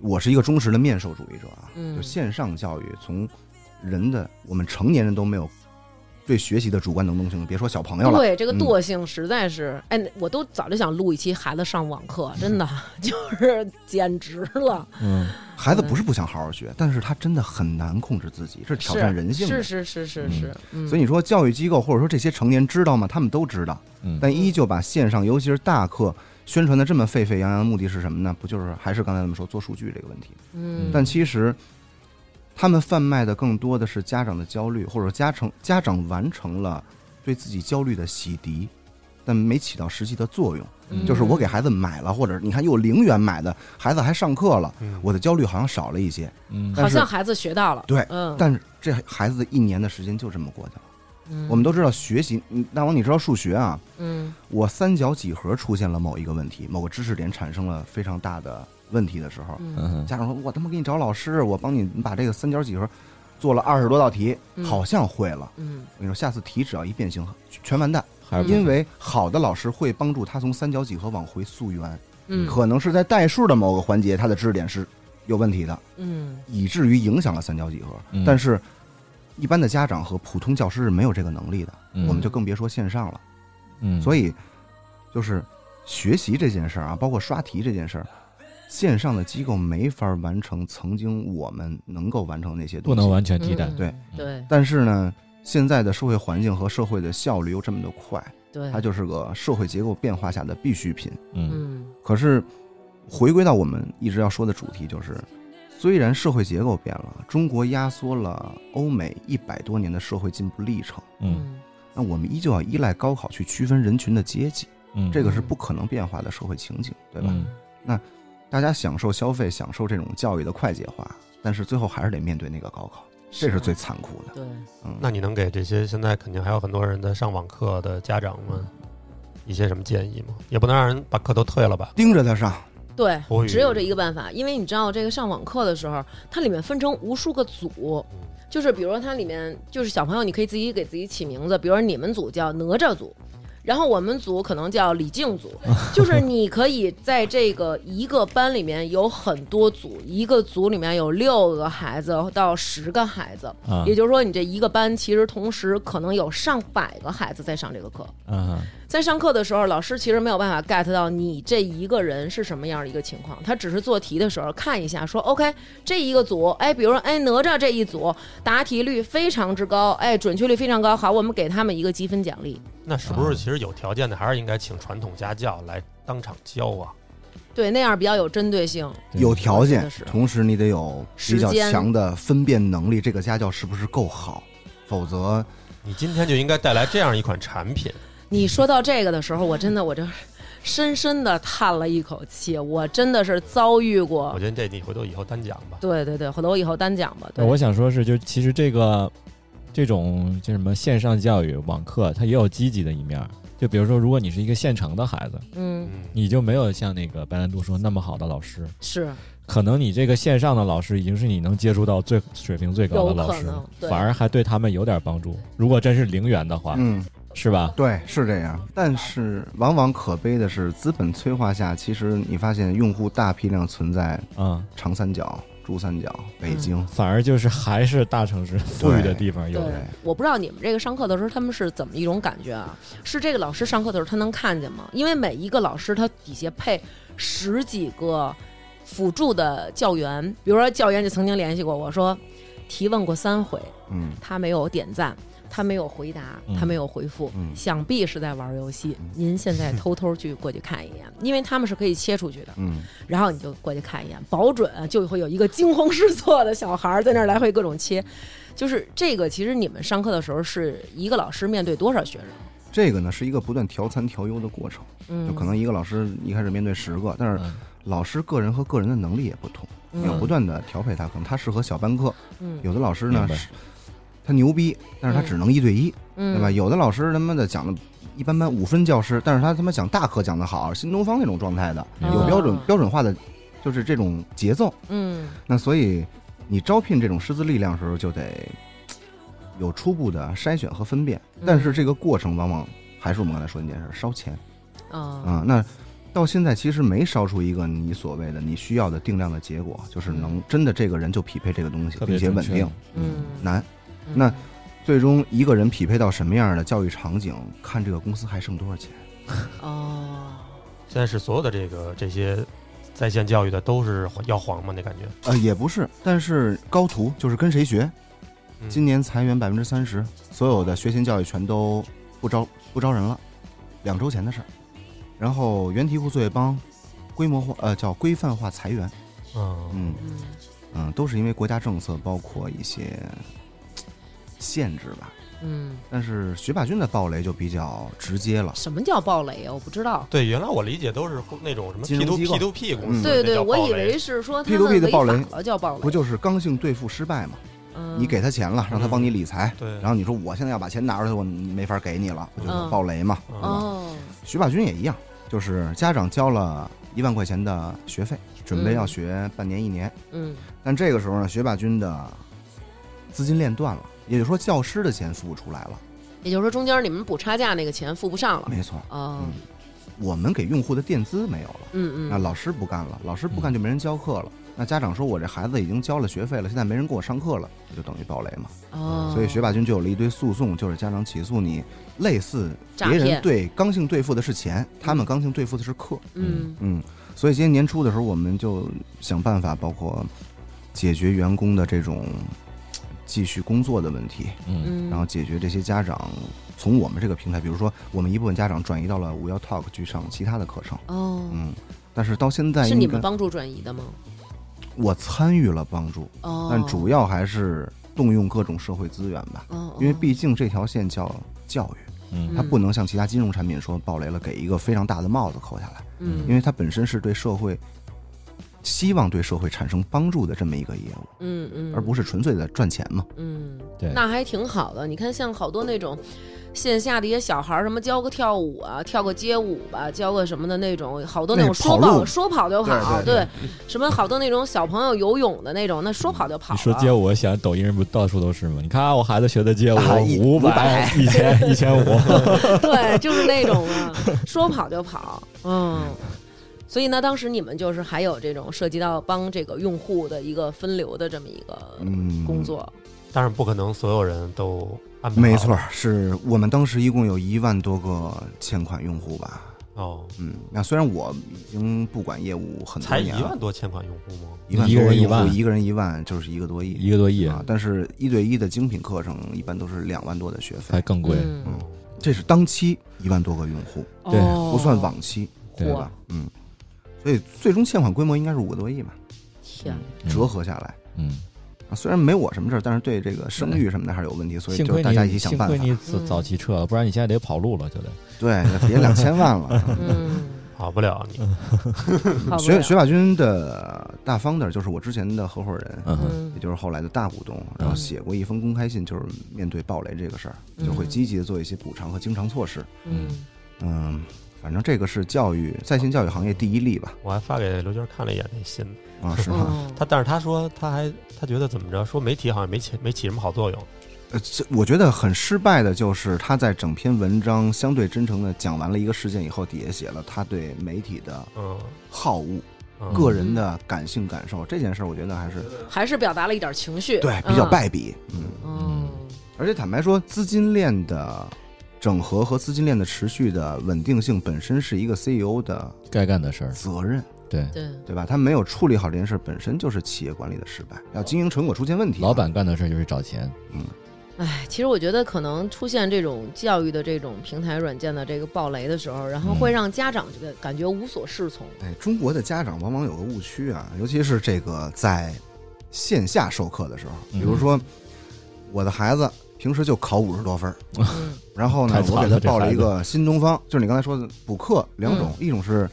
我是一个忠实的面授主义者啊，
嗯
就线上教育从人的我们成年人都没有对学习的主观能动性，别说小朋友了，嗯
对这个惰性实在是，哎，我都早就想录一期孩子上网课，真的
嗯
就是简直了，
嗯，
孩子不是不想好好学，但是他真的很难控制自己，这是挑战
是
人性的。
是是是是是，嗯
所以你说教育机构或者说这些成年知道吗？他们都知道，
嗯
但依旧把线上，尤其是大课宣传的这么沸沸扬扬，目的是什么呢？不就是还是刚才咱们说做数据这个问题？
嗯
但其实他们贩卖的更多的是家长的焦虑，或者家成家长完成了对自己焦虑的洗涤，但没起到实际的作用。
嗯
就是我给孩子买了，或者你看又零元买的，孩子还上课了，
嗯
我的焦虑好像少了一些。
嗯
但
好像
是
孩子学到了，
对
嗯，
但是这孩子的一年的时间就这么过去了。
嗯
我们都知道学习，嗯大王你知道数学啊？
嗯
我三角几何出现了某一个问题，某个知识点产生了非常大的问题的时候，
嗯
嗯
家长说：“我他妈给你找老师，我帮你把这个三角几何做了二十多道题，
嗯
好像会了。
嗯
我跟你说，下次题只要一变形，全完蛋。
还是
因为好的老师会帮助他从三角几何往回溯源，
嗯
可能是在代数的某个环节，他的知识点是有问题的，
嗯
以至于影响了三角几何。
嗯
但是，一般的家长和普通教师是没有这个能力的，
嗯
我们就更别说线上了。
嗯，
所
以
以，就是学习这件事儿啊，包括刷题这件事儿，线上的机构没法完成曾经我们能够完成的那些东
不
西。
能完全替代
嗯，
对
对
但是呢，现在的社会环境和社会的效率又这么的快，
对，
它就是个社会结构变化下的必需品。
嗯
嗯
可是，回归到我们一直要说的主题，就是虽然社会结构变了，中国压缩了欧美一百多年的社会进步历程，
嗯
那我们依旧要依赖高考去区分人群的阶级。
嗯，
这个是不可能变化的社会情景，对吧？
嗯
大家享受消费，享受这种教育的快捷化，但是最后还是得面对那个高考，这是最残酷的。
对，
嗯，
那你能给这些现在肯定还有很多人在上网课的家长们一些什么建议吗？也不能让人把课都退了吧？
盯着他上，
对
口，语
只有这一个办法，因为你知道这个上网课的时候，它里面分成无数个组，就是比如说它里面就是小朋友，你可以自己给自己起名字，比如说你们组叫哪吒组。然后我们组可能叫李静组，就是你可以在这个一个班里面有很多组，一个组里面有六个孩子到十个孩子，
啊
也就是说你这一个班其实同时可能有上百个孩子在上这个课。
啊
在上课的时候，老师其实没有办法 get 到你这一个人是什么样的一个情况，他只是做题的时候看一下说，OK 这一个组，哎，比如说哎哪吒这一组答题率非常之高，哎，准确率非常高，好，我们给他们一个积分奖励。
那是不是其实有条件的还是应该请传统家教来当场教啊？
对，那样比较有针对性。
对
有条
真
件
的是，
同时你得有比较
时间
强的分辨能力，这个家教是不是够好？否则
你今天就应该带来这样一款产品，
你说到这个的时候，我真的我这深深的叹了一口气，我真的是遭遇
我
过。
觉得这你回头以后单讲吧。
对对对，回头我以后单讲吧。对，
我想说是，就是其实这个这种叫什么线上教育、网课，它也有积极的一面儿。就比如说，如果你是一个县城的孩子，
嗯，
嗯，
你就没有像那个白兰度说那么好的老师，
是
可能你这个线上的老师已经是你能接触到最水平最高的老
有可
师
能，对
反而还对他们有点帮助。如果真是零元的话，
嗯，
是吧？
对，是这样。但是往往可悲的是，资本催化下，其实你发现用户大批量存在
嗯，
长三角、珠三角、北京。
反而就是还是大城市富裕的地方有
对
人。，
我不知道你们这个上课的时候他们是怎么一种感觉啊？是这个老师上课的时候他能看见吗？因为每一个老师他底下配十几个辅助的教员，比如说教员就曾经联系过我说，提问过三回，
嗯，
他没有点赞，他没有回答
嗯，
他没有回复，
嗯
想必是在玩游戏。您现在偷偷去过去看一眼，因为他们是可以切出去的，
嗯，
然后你就过去看一眼，保准啊就会有一个惊慌失措的小孩儿在那儿来回各种切。就是这个，其实你们上课的时候是一个老师面对多少学生？
这个呢是一个不断调参调优的过程。
嗯，
就可能一个老师一开始面对十个，但是
嗯
老师个人和个人的能力也不同，你要
嗯
不断的调配他，可能他适合小班课，
嗯
有的老师
明
呢
白
是他牛逼，但是他
嗯
只能一对一，
嗯
对吧？有的老师他妈的讲的一般般，五分教师，但是他他妈讲大课讲的好，新东方那种状态的，
嗯
有标准
哦
标准化的，就是这种节奏。
嗯
那所以你招聘这种师资力量的时候，就得嘖有初步的筛选和分辨，
嗯
但是这个过程往往还是我们刚才说的那件事，烧钱
啊
啊、那到现在其实没烧出一个你所谓的你需要的定量的结果，就是能真的这个人就匹配这个东西，
特别
并且
准
稳
确
定，
嗯
难。
嗯
那最终一个人匹配到什么样的教育场景，看这个公司还剩多少钱。
哦，
现在是所有的这个这些在线教育的都是要黄吗？那感觉，
呃，也不是，但是高途就是跟谁学，
嗯
今年裁员百分之三十，所有的学前教育全都不招不招人了，两周前的事儿。然后原题库作业帮规模化呃叫规范化裁员，
嗯，
嗯
嗯
嗯，都是因为国家政策包括一些嘖限制吧。
嗯，
但是学霸君的暴雷就比较直接了，
什么叫暴雷啊？我不知道。
对，原来我理解都是那种什么
金
P
融
to
机构
P to P 公
嗯
司，
对
那
对，
叫
我
暴
以
雷
为是说他
P2P
们
的
违
暴
法
雷
了叫暴雷，
不就是刚性兑付失败嘛？
嗯
你给他钱了，让他帮你理财，
对，
然后你说我现在要把钱拿出去，我没法给你了，我就
嗯
暴雷嘛。
嗯
哦，
徐霸军也一样，就是家长交了一万块钱的学费，准备要学半年一年，
嗯
但这个时候呢，学霸军的资金链断了，也就是说教师的钱付不出来了。
也就是说中间你们补差价那个钱付不上了，
没错，
哦，
我们给用户的垫资没有了，
嗯
那
嗯，
老师不干了，老师不干就没人教课了。那家长说我这孩子已经交了学费了，现在没人给我上课了，这就等于暴雷嘛。
哦，
所以学霸君就有了一堆诉讼，就是家长起诉你类似
诈
别人
骗
对刚性兑付的是钱，他们刚性兑付的是课。
嗯
嗯，所以今年年初的时候，我们就想办法，包括解决员工的这种嘖继续工作的问题，
嗯
嗯，
然后解决这些家长从我们这个平台，比如说我们一部分家长转移到了五幺 Talk 去上其他的课程，
哦，
嗯，但是到现在
是
应
你
该
们帮助转移的吗？
我参与了帮助，
哦，
但主要还是动用各种社会资源吧，
哦，哦，
因为毕竟这条线叫教育。
嗯
它不能像其他金融产品说暴雷了，给一个非常大的帽子扣下来，
嗯，
因为它本身是对社会希望对社会产生帮助的这么一个业务，
嗯嗯，
而不是纯粹的赚钱嘛。
嗯，
对
那还挺好的。你看，像好多那种线下的一些小孩儿，什么教个跳舞啊，跳个街舞吧，教个什么的那种，好多那种
那
说
跑路
跑说跑就跑，
对对
什么好多那种小朋友游泳的那种，那说跑就跑
你
啊
了。
说街舞，我想抖音上不到处都是吗？你看啊我孩子学的街舞
啊一，
五百、一千、一千五，
对，就是那种啊，说跑就跑，嗯。所以呢，当时你们就是还有这种涉及到帮这个用户的一个分流的这么一个
嗯
工作，
当然不可能所有人都安排好
没错儿，是我们当时一共有一万多个欠款用户吧。
哦，
嗯，那虽然我已经不管业务很多
才一
年了
万，多欠款用户吗？
一万
一个
多
人
个
一
用户
万
一个人一万就是一个多亿，
一个多亿
啊。但是一对一的精品课程一般都是两万多的学
还
费，
更贵。
嗯，
哦
嗯这是当期一万多个用户，
对
哦
不算往期，
对
对
嚯
吧？嗯，所以最终欠款规模应该是五个多亿嘛，
天哪，
嗯
折合下来。
嗯，
啊，虽然没我什么事儿，但是对这个声誉什么的还是有问题，所以
幸
就是
亏
大家一起
你
想
幸
办
亏
法。嗯
你早早期撤了，不然你现在得跑路了，就得。
对，别两千万 了。嗯
嗯，
好不了你，
好不
学
了，
学法军的大方的，就是我之前的合伙人，
嗯哼，
嗯
也就是后来的大股东，然后写过一封公开信，就是面对暴雷这个事儿，
嗯
就会积极的做一些补偿和经常措施。
嗯
嗯，反正这个是教育在线教育行业第一例吧？
我还发给刘娟看了一眼那信呢，
啊， 是吗？
嗯
他但是他说他还他觉得怎么着，说媒体好像没起没起什么好作用，
呃，这我觉得很失败的就是他在整篇文章相对真诚的讲完了一个事件以后，底下写了他对媒体的
嗯，
好恶、
嗯
个人的感性感受这件事，儿，我觉得还是
嗯还是表达了一点情绪，
对比较
嗯，
败笔。嗯，
嗯
而且坦白说，资金链的整合和资金链的持续的稳定性本身是一个 CEO 的
该干的事儿，
责任，
对，
对，
对吧？他没有处理好这件事，本身就是企业管理的失败。要经营成果出现问题，啊
老板干的事儿就是找钱。
哎，其实我觉得可能出现这种教育的这种平台软件的这个暴雷的时候，然后会
嗯
让家长这个感觉无所 适从，
哎，中国的家长往往有个误区啊，尤其是这个在线下授课的时候，比
嗯
如说、我的孩子平时就考五十多分儿，
嗯
然后呢
太，惨
我
了
给他
这
报
孩
了一
子
个新东方，就是你刚才说的补课两种，一种是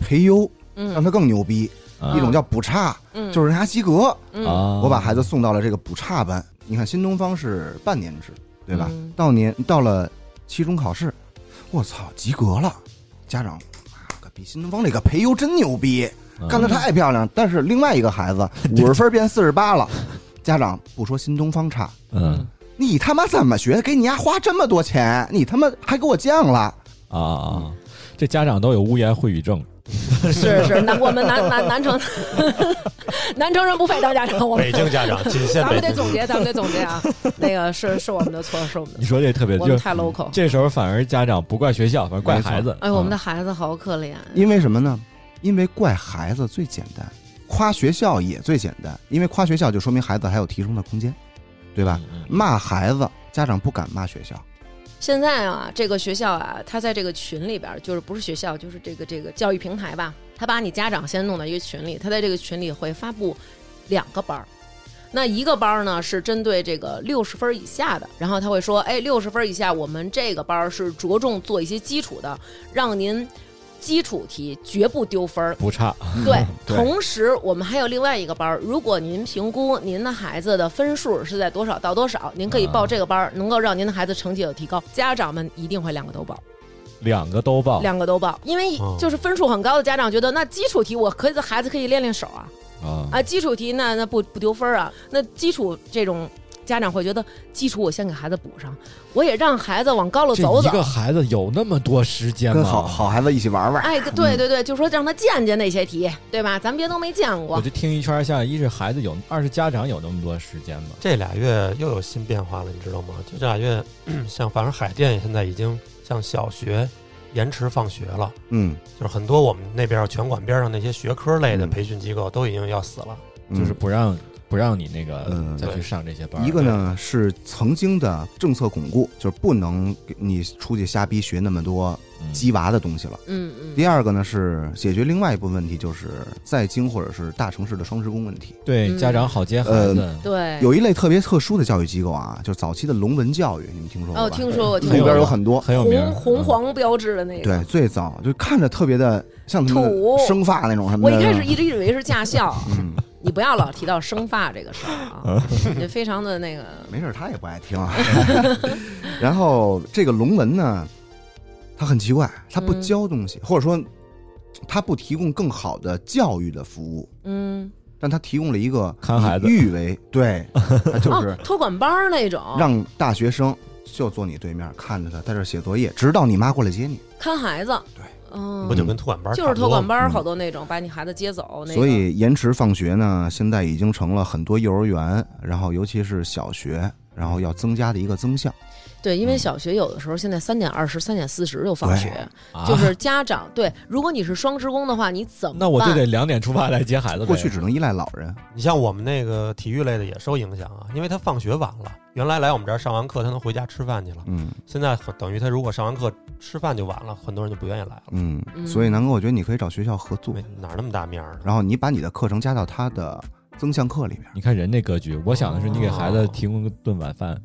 培优，让
嗯
他更牛逼；
啊
一种叫补差，
嗯，
就是让他及格。
嗯
啊，
我把孩子送到了这个补差班。你看新东方是半年制，对吧？
嗯
到年到了期中考试，我操，及格了！家长，妈个比新东方这个培优真牛逼，
嗯
干得太漂亮。但是另外一个孩 子五十分变四十八了，家长不说新东方差，
嗯
你他妈怎么学？给你丫花这么多钱，你他妈还给我降了？
啊啊啊！这家长都有污言秽语症，
是是，南我们南南南城 南城人不配当家长，我们
北京家长仅限
咱
北
们得
京
总，结，咱们得总结 啊，那个是是我们的错，是我们的
你
错，
说这特别
我们
嗯
就
太 local。
这时候反而家长不怪学校，反而怪孩子。
哎，我们的
嗯
孩子好可怜，啊
因为什么呢？因为怪孩子最简单，夸学校也最简单，因为夸学校就说明孩子还有提升的空间，对吧？
嗯嗯
骂孩子，家长不敢骂学校，
现在啊，这个学校啊，他在这个群里边儿，就是不是学校，就是这个这个教育平台吧，他把你家长先弄到一个群里，他在这个群里会发布两个班儿。那一个班儿呢是针对这个六十分儿以下的，然后他会说，哎，六十分儿以下，我们这个班儿是着重做一些基础的，让您基础题绝不丢分儿。
不差，
对，
对
同时我们还有另外一个班儿，如果您评估您的孩子的分数是在多少到多少，您可以
嗯
报这个班儿，能够让您的孩子成绩有提高。家长们一定会两个都报，
两个都报
两个都报，因为
哦
就是分数很高的家长觉得，那基础题我可以孩子可以练练手啊，
啊
啊，基础题那那不不丢分儿啊，那基础这种。家长会觉得基础我先给孩子补上，我也让孩子往高了
这
走
一
走。
个孩子有那么多时间吗？
跟好好孩子一起玩玩。
哎，对对对，就说让他见见那些题，对吧？咱别都没见过
我。就听一圈下来，一是孩子有，二是家长有那么多时间吗？
这俩月又有新变化了，你知道吗？就这俩月， 像反正海淀现在已经像小学延迟放学了。
嗯，
就是很多我们那边儿拳馆边上那些学科类的
嗯
培训机构都已经要死了，
嗯
就是不让不让你那个
嗯
再去
对
上这些班儿。
一个呢是曾经的政策巩固，就是不能给你出去瞎逼学那么多
嗯
鸡娃的东西了。
嗯嗯。
第二个呢是解决另外一部分问题，就是在京或者是大城市的双职工问题。
对
嗯
家长好接孩子，
呃
对，
有一类特别特殊的教育机构啊，哎就是早期的龙文教育，你们听说过
哦，
吧？
听说过，听
很
里
有
边
说
有
名
过
很多
很有名儿，
红红
嗯
黄标志的那个。
对，最早就看着特别的像他们
土
生发那种什么
我
的。
一开始一直以为是驾校，
嗯，
你不要老提到生发这个事儿啊，也非常的那个，
没事儿，他也不爱听 啊。然后这个龙纹呢，它很奇怪，它不
嗯
教东西，或者说它不提供更好的教育的服务，
嗯，
但它提供了一个
看孩子
以育为对，它就是
哦，托管班儿那种，
让大学生就坐你对面看着他在这儿写作业，直到你妈过来接你。
看孩子，
对，
嗯
不，就跟托管班儿
就是
差不多
托管班儿，
嗯
好多那种把你孩子接走，哦那
所
个
以延迟放学呢，现在已经成了很多幼儿园，然后尤其是小学，然后要增加的一个增项。
对，因为
嗯
小学有的时候现在三点二十、三点四十就放
对
学，
啊
就是家长对，如果你是双职工的话，你怎么办？
那我就得两点出发来接孩子呗。
过去只能依赖老人，
你像我们那个体育类的也受影响啊，因为他放学晚了，原来来我们这儿上完课他能回家吃饭去了，
嗯
现在很等于他如果上完课吃饭就晚了，很多人就不愿意来了。
嗯，
嗯
所以南哥，我觉得你可以找学校合作
没，哪儿那么大面儿呢？
然后你把你的课程加到他的增项课里边。
你看人这格局，我想的是你给孩
哦
子提供顿晚饭，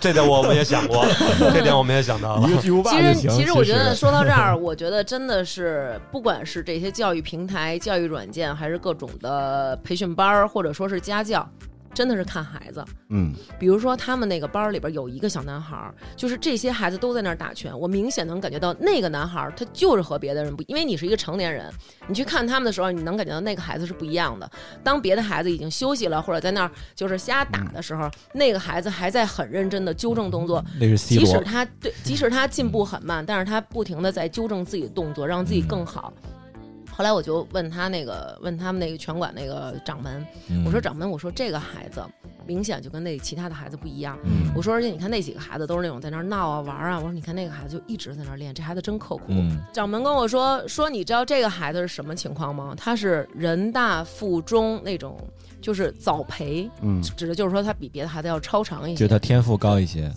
这点我们也想过，这点我们也想到了
一。个巨无霸
其
就
实，
行。
其实我 觉得说到这儿，我觉得真的是，不管是这些教育平台、教育软件，还是各种的培训班儿，或者说是家教，真的是看孩子。
嗯，
比如说，他们那个班儿里边有一个小男孩儿，就是这些孩子都在那儿打拳，我明显能感觉到那个男孩儿他就是和别的人不，因为你是一个成年人，你去看他们的时候，你能感觉到那个孩子是不一样的。当别的孩子已经休息了，或者在那儿就是瞎打的时候，那个孩子还在很认真的纠正动作，
那是 C
即使
罗，
他对，即使他进步很慢，但是他不停的在纠正自己的动作，让自己更好。后来我就问他那个，问他们那个拳馆那个掌门，
嗯
我说掌门，我说这个孩子明显就跟那其他的孩子不一样。
嗯
我说，而且你看那几个孩子都是那种在那儿闹啊玩啊，我说你看那个孩子就一直在那儿练，这孩子真刻苦。
嗯
掌门跟我说说，你知道这个孩子是什么情况吗？他是人大附中那种，就是早培，
嗯
指的就是说他比别的孩子要超常一些。
就他天赋高一些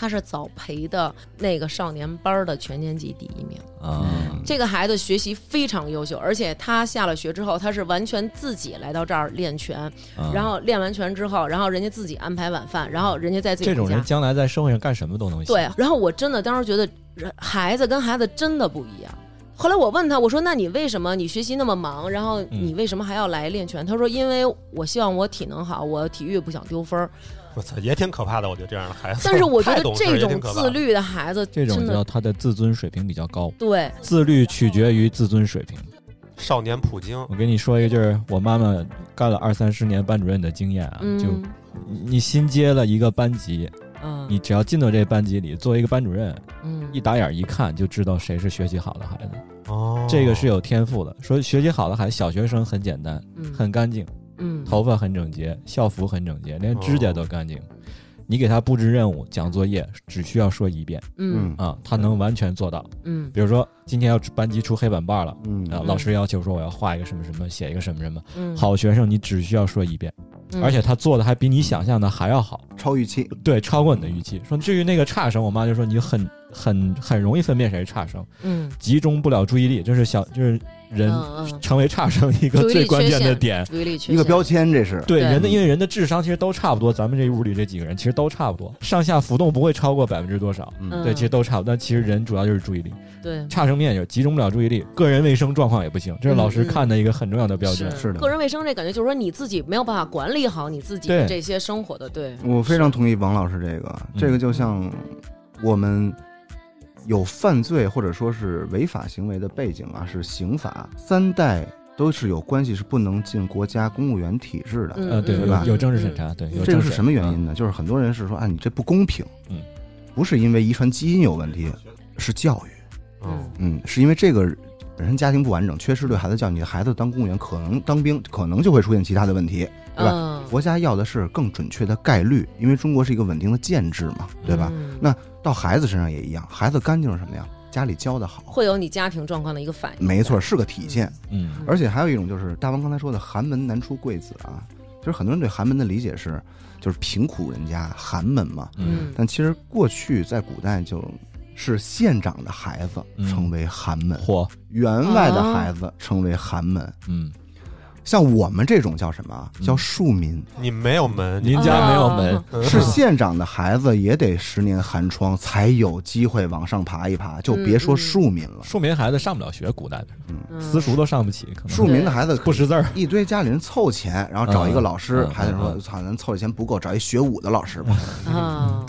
他是早培的那个少年班儿的全年级第一名。
啊，
嗯
这个孩子学习非常优秀，而且他下了学之后，他是完全自己来到这儿练拳，
啊
然后练完拳之后，然后人家自己安排晚饭，然后人家再自己
这
回家。
种人将来在社会上干什么都能行。
对，然后我真的当时觉得人孩子跟孩子真的不一样。后来我问他，我说：“那你为什么你学习那么忙，然后你为什么还要来练拳？”他说：“因为我希望我体能好，我体育不想丢分儿。
我操，也挺可怕的，我觉得这样的孩子。
但是我觉
太
得
懂事
这
也挺
种
可怕
自
的，
律的孩子，
这种
真
叫啊
的
他的自尊水平比较高，
对，
自律取决于自尊水平。
少年普京
我跟你说一个，就是我妈妈干了二三十年班主任的经验啊，就
嗯
你你新接了一个班级，
嗯，
你只要进到这班级里，作为一个班主任，
嗯
一打眼一看就知道谁是学习好的孩子，
哦
这个是有天赋的。说学习好的孩子，小学生很简单，
嗯
很干净，
嗯
头发很整洁，校服很整洁，连指甲都干
哦
净。你给他布置任务、讲作业，只需要说一遍
嗯
啊，他能完全做到。
嗯
比如说今天要班级出黑板报了，啊，
嗯，
老师要求说我要画一个什么什么，写一个什么什么。
嗯，
好学生，你只需要说一遍，
嗯，
而且他做的还比你想象的还要好，
超预期，
对，超过你的预期。说至于那个差生，我妈就说你很很很容易分辨谁是差生，
嗯，
集中不了注意力，这是小就是人
嗯嗯
成为差生一个
注意力
最关键
缺
的
陷
点。
注意力缺
一个
陷
标签，这是
对
对
人的，因为人的智商其实都差不多，咱们这屋里这几个人其实都差不多，上下浮动不会超过百分之多少。
嗯
对，其实都差不多，但其实人主要就是注意力，
对
差生面也集中不了注意力，个人卫生状况也不行，这是老师
嗯嗯
看的一个很重要的标准。
是的
个人卫生这感觉就是说你自己没有办法管理好你自己的
对
这些生活的，对，
我非常同意王老师这个，
嗯
这个就像我们有犯罪或者说是违法行为的背景啊，是刑法三代都是有关系，是不能进国家公务员体制的。
嗯
呃，对，
嗯
有
嗯
有政治审
嗯
查，对，有
这
政
个
审
是什么原因呢？就是很多人是说啊，你这不公平，
嗯，
不是因为遗传基因有问题，是教育，
哦
嗯
嗯，是因为这个本身家庭不完整，缺失对孩子教育，你的孩子当公务员可能当兵，可能就会出现其他的问题。对吧
嗯，
国家要的是更准确的概率，因为中国是一个稳定的建制嘛，对吧？
嗯
那到孩子身上也一样，孩子干净是什么呀？家里教的好，
会有你家庭状况的一个反应，
没错，，是个体现。
嗯
而且还有一种就是大王刚才说的“寒门难出贵子”啊，其实很多人对寒门的理解是，就是贫苦人家寒门嘛。
嗯，
但其实过去在古代就是县长的孩子
嗯
称为寒门，
火，
员外的孩子称为寒门，
嗯
像我们这种叫什么啊？
嗯
叫庶民，
你没有门，
您家没有门，
嗯
是县长的孩子也得十年寒窗才有机会往上爬一爬，就别说庶民了。
庶民孩子上不了学，古代的
嗯
私塾都上不起，可能
庶民的孩子
不识字儿。
一堆家里人凑钱，然后找一个老师，
嗯嗯
孩子说
嗯：“
操，咱凑的钱不够，找一学武的老师吧。
啊，”
嗯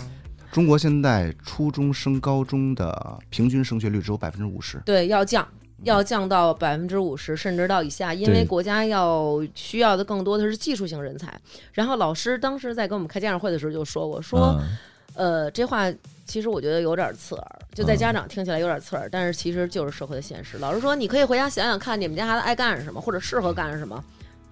中国现在初中升高中的平均升学率只有百分之五十，
对，要降。要降到百分之五十，甚至到以下，因为
对
国家要需要的更多的是技术型人才。然后老师当时在跟我们开家长会的时候就说过， 说、
嗯
呃，这话其实我觉得有点刺耳，就在
嗯
家长听起来有点刺耳，但是其实就是社会的现实。老师说，你可以回家想想看，你们家孩子爱干什么，或者适合干什么，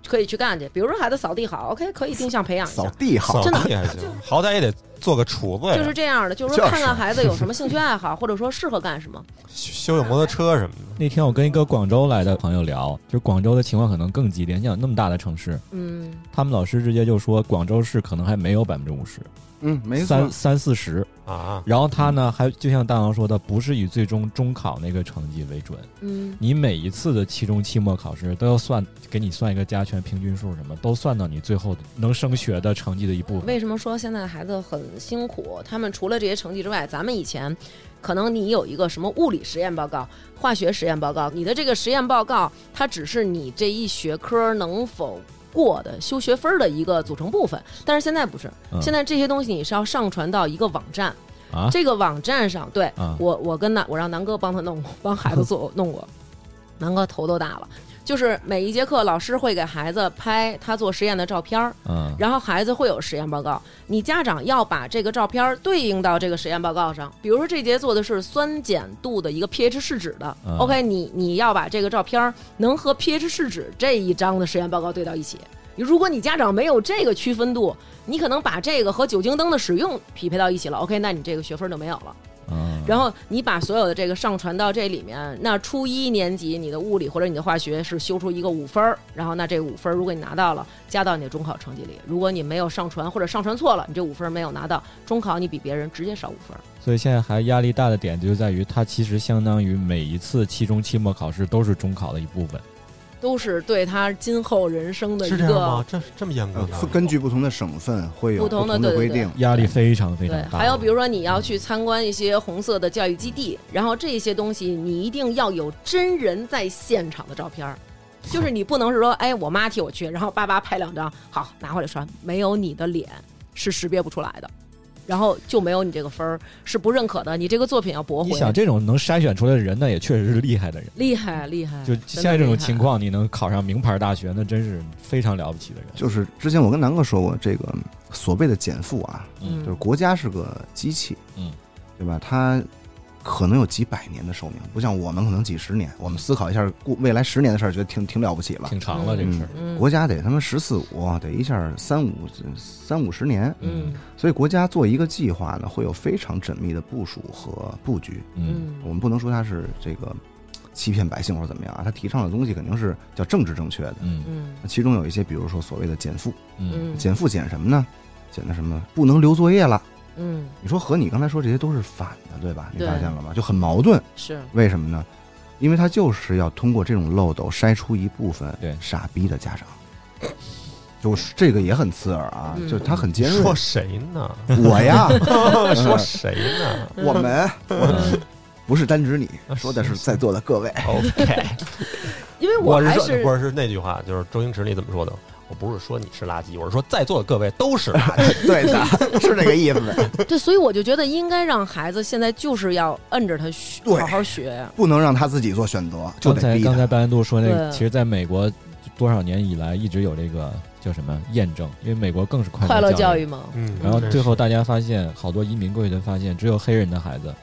可以去干去。比如说孩子扫地好，OK，可以定向培养一
扫
下。
地
扫
好。
真的
地还 行，好歹也得做个厨子呀，
就是这样的，就是
就
说
是
看看孩子有什么兴趣爱好，或者说适合干什么。
修修摩托车什么的。
那天我跟一个广州来的朋友聊，就是广州的情况可能更激烈。你想那么大的城市，
嗯，
他们老师直接就说广州市可能还没有百分之五十，
嗯，没错
三。三四十。
啊，
然后他呢，还就像大王说的，不是以最终中考那个成绩为准，
嗯，
你每一次的期中、期末考试都要算，给你算一个加权平均数，什么都算到你最后能升学的成绩的一部分。
为什么说现在孩子很辛苦？他们除了这些成绩之外，咱们以前可能你有一个什么物理实验报告、化学实验报告，你的这个实验报告它只是你这一学科能否。过的修学分儿的一个组成部分，但是现在不是，
嗯
现在这些东西你是要上传到一个网站，
啊
这个网站上，对、
啊
我，我跟南，我让南哥帮他弄过，帮孩子做弄过，南哥头都大了。就是每一节课，老师会给孩子拍他做实验的照片儿，
嗯，
然后孩子会有实验报告。你家长要把这个照片儿对应到这个实验报告上，比如说这节做的是酸碱度的一个 pH 试纸的、
嗯
o k 你你要把这个照片儿能和 pH 试纸这一张的实验报告对到一起。如果你家长没有这个区分度，你可能把这个和酒精灯的使用匹配到一起了，OK，那你这个学分儿就没有了。
嗯
然后你把所有的这个上传到这里面，那初一年级你的物理或者你的化学是修出一个五分儿，然后那这五分儿如果你拿到了，加到你的中考成绩里；如果你没有上传或者上传错了，你这五分儿没有拿到，中考你比别人直接少五分儿。
所以现在还压力大的点就在于，它其实相当于每一次期中、期末考试都是中考的一部分。
都是对他今后人生的一
是这样吗
个？
这这么严格啊
呃
吗？
根据不同的省份会有不
不同
同
的
的
对对
规
对
定，
压力非常非常
对，
大。
还有比如说你要去参观一些红色的教育基地，然后这些东西你一定要有真人在现场的照片儿，就是你不能是说，哎，我妈替我去，然后爸爸拍两张，好拿回来刷，没有你的脸是识别不出来的，然后就没有你这个分儿是不认可的，你这个作品要驳
你
回。
想这种能筛选出来的人呢，也确实是厉害的 人。
厉害厉害，
就
真的
现在这种
厉害
情，况，你能考上名牌大学，那真是非常了不起的人。
就是之前我跟南哥说过，这个所谓的减负啊，
嗯
就是国家是个机器，
嗯，
对吧？它可能有几百年的寿命，不像我们可能几十年。我们思考一下过未来十年的事儿，觉得挺挺了不起了。
挺长了这个事儿。
嗯
国家得他妈十四五，得一下三五三五十年，
嗯
所以国家做一个计划呢，会有非常缜密的部署和布局。
嗯
我们不能说它是这个欺骗百姓或者怎么样啊，它提倡的东西肯定是叫政治正确的。
嗯
嗯
其中有一些，比如说所谓的减负，
嗯
嗯
减负减什么呢？减的什么？不能留作业了。
嗯
你说和你刚才说这些都是反的，对吧？你
对
发现了吗？就很矛盾。
是
为什么呢？因为他就是要通过这种漏斗筛出一部分
对
傻逼的家长，就是这个也很刺耳啊，
嗯
就是他很尖锐
说。谁呢？
我 呀，嗯
说谁 呢
我们
嗯，
不是单指你，说的是在座的各位。啊
？OK，
因为
我
还
说，
是
不是是那句话，就是周星驰你怎么说的？我不是说你是垃圾，我是说在座的各位都 是垃 圾。
对的，是这个意 思，
对，所以我就觉得应该让孩子现在就是要摁着他学，
对
好好学。
不能让他自己做选择，就
刚
得
才
逼
刚才
他。
白兰度说那个，
对
其实在美国多少年以来一直有这个叫什么验证，因为美国更是快
快乐
乐
教
育
育嘛，
嗯
然后最后大家发现，好多移民过去的发现，只有黑人的孩子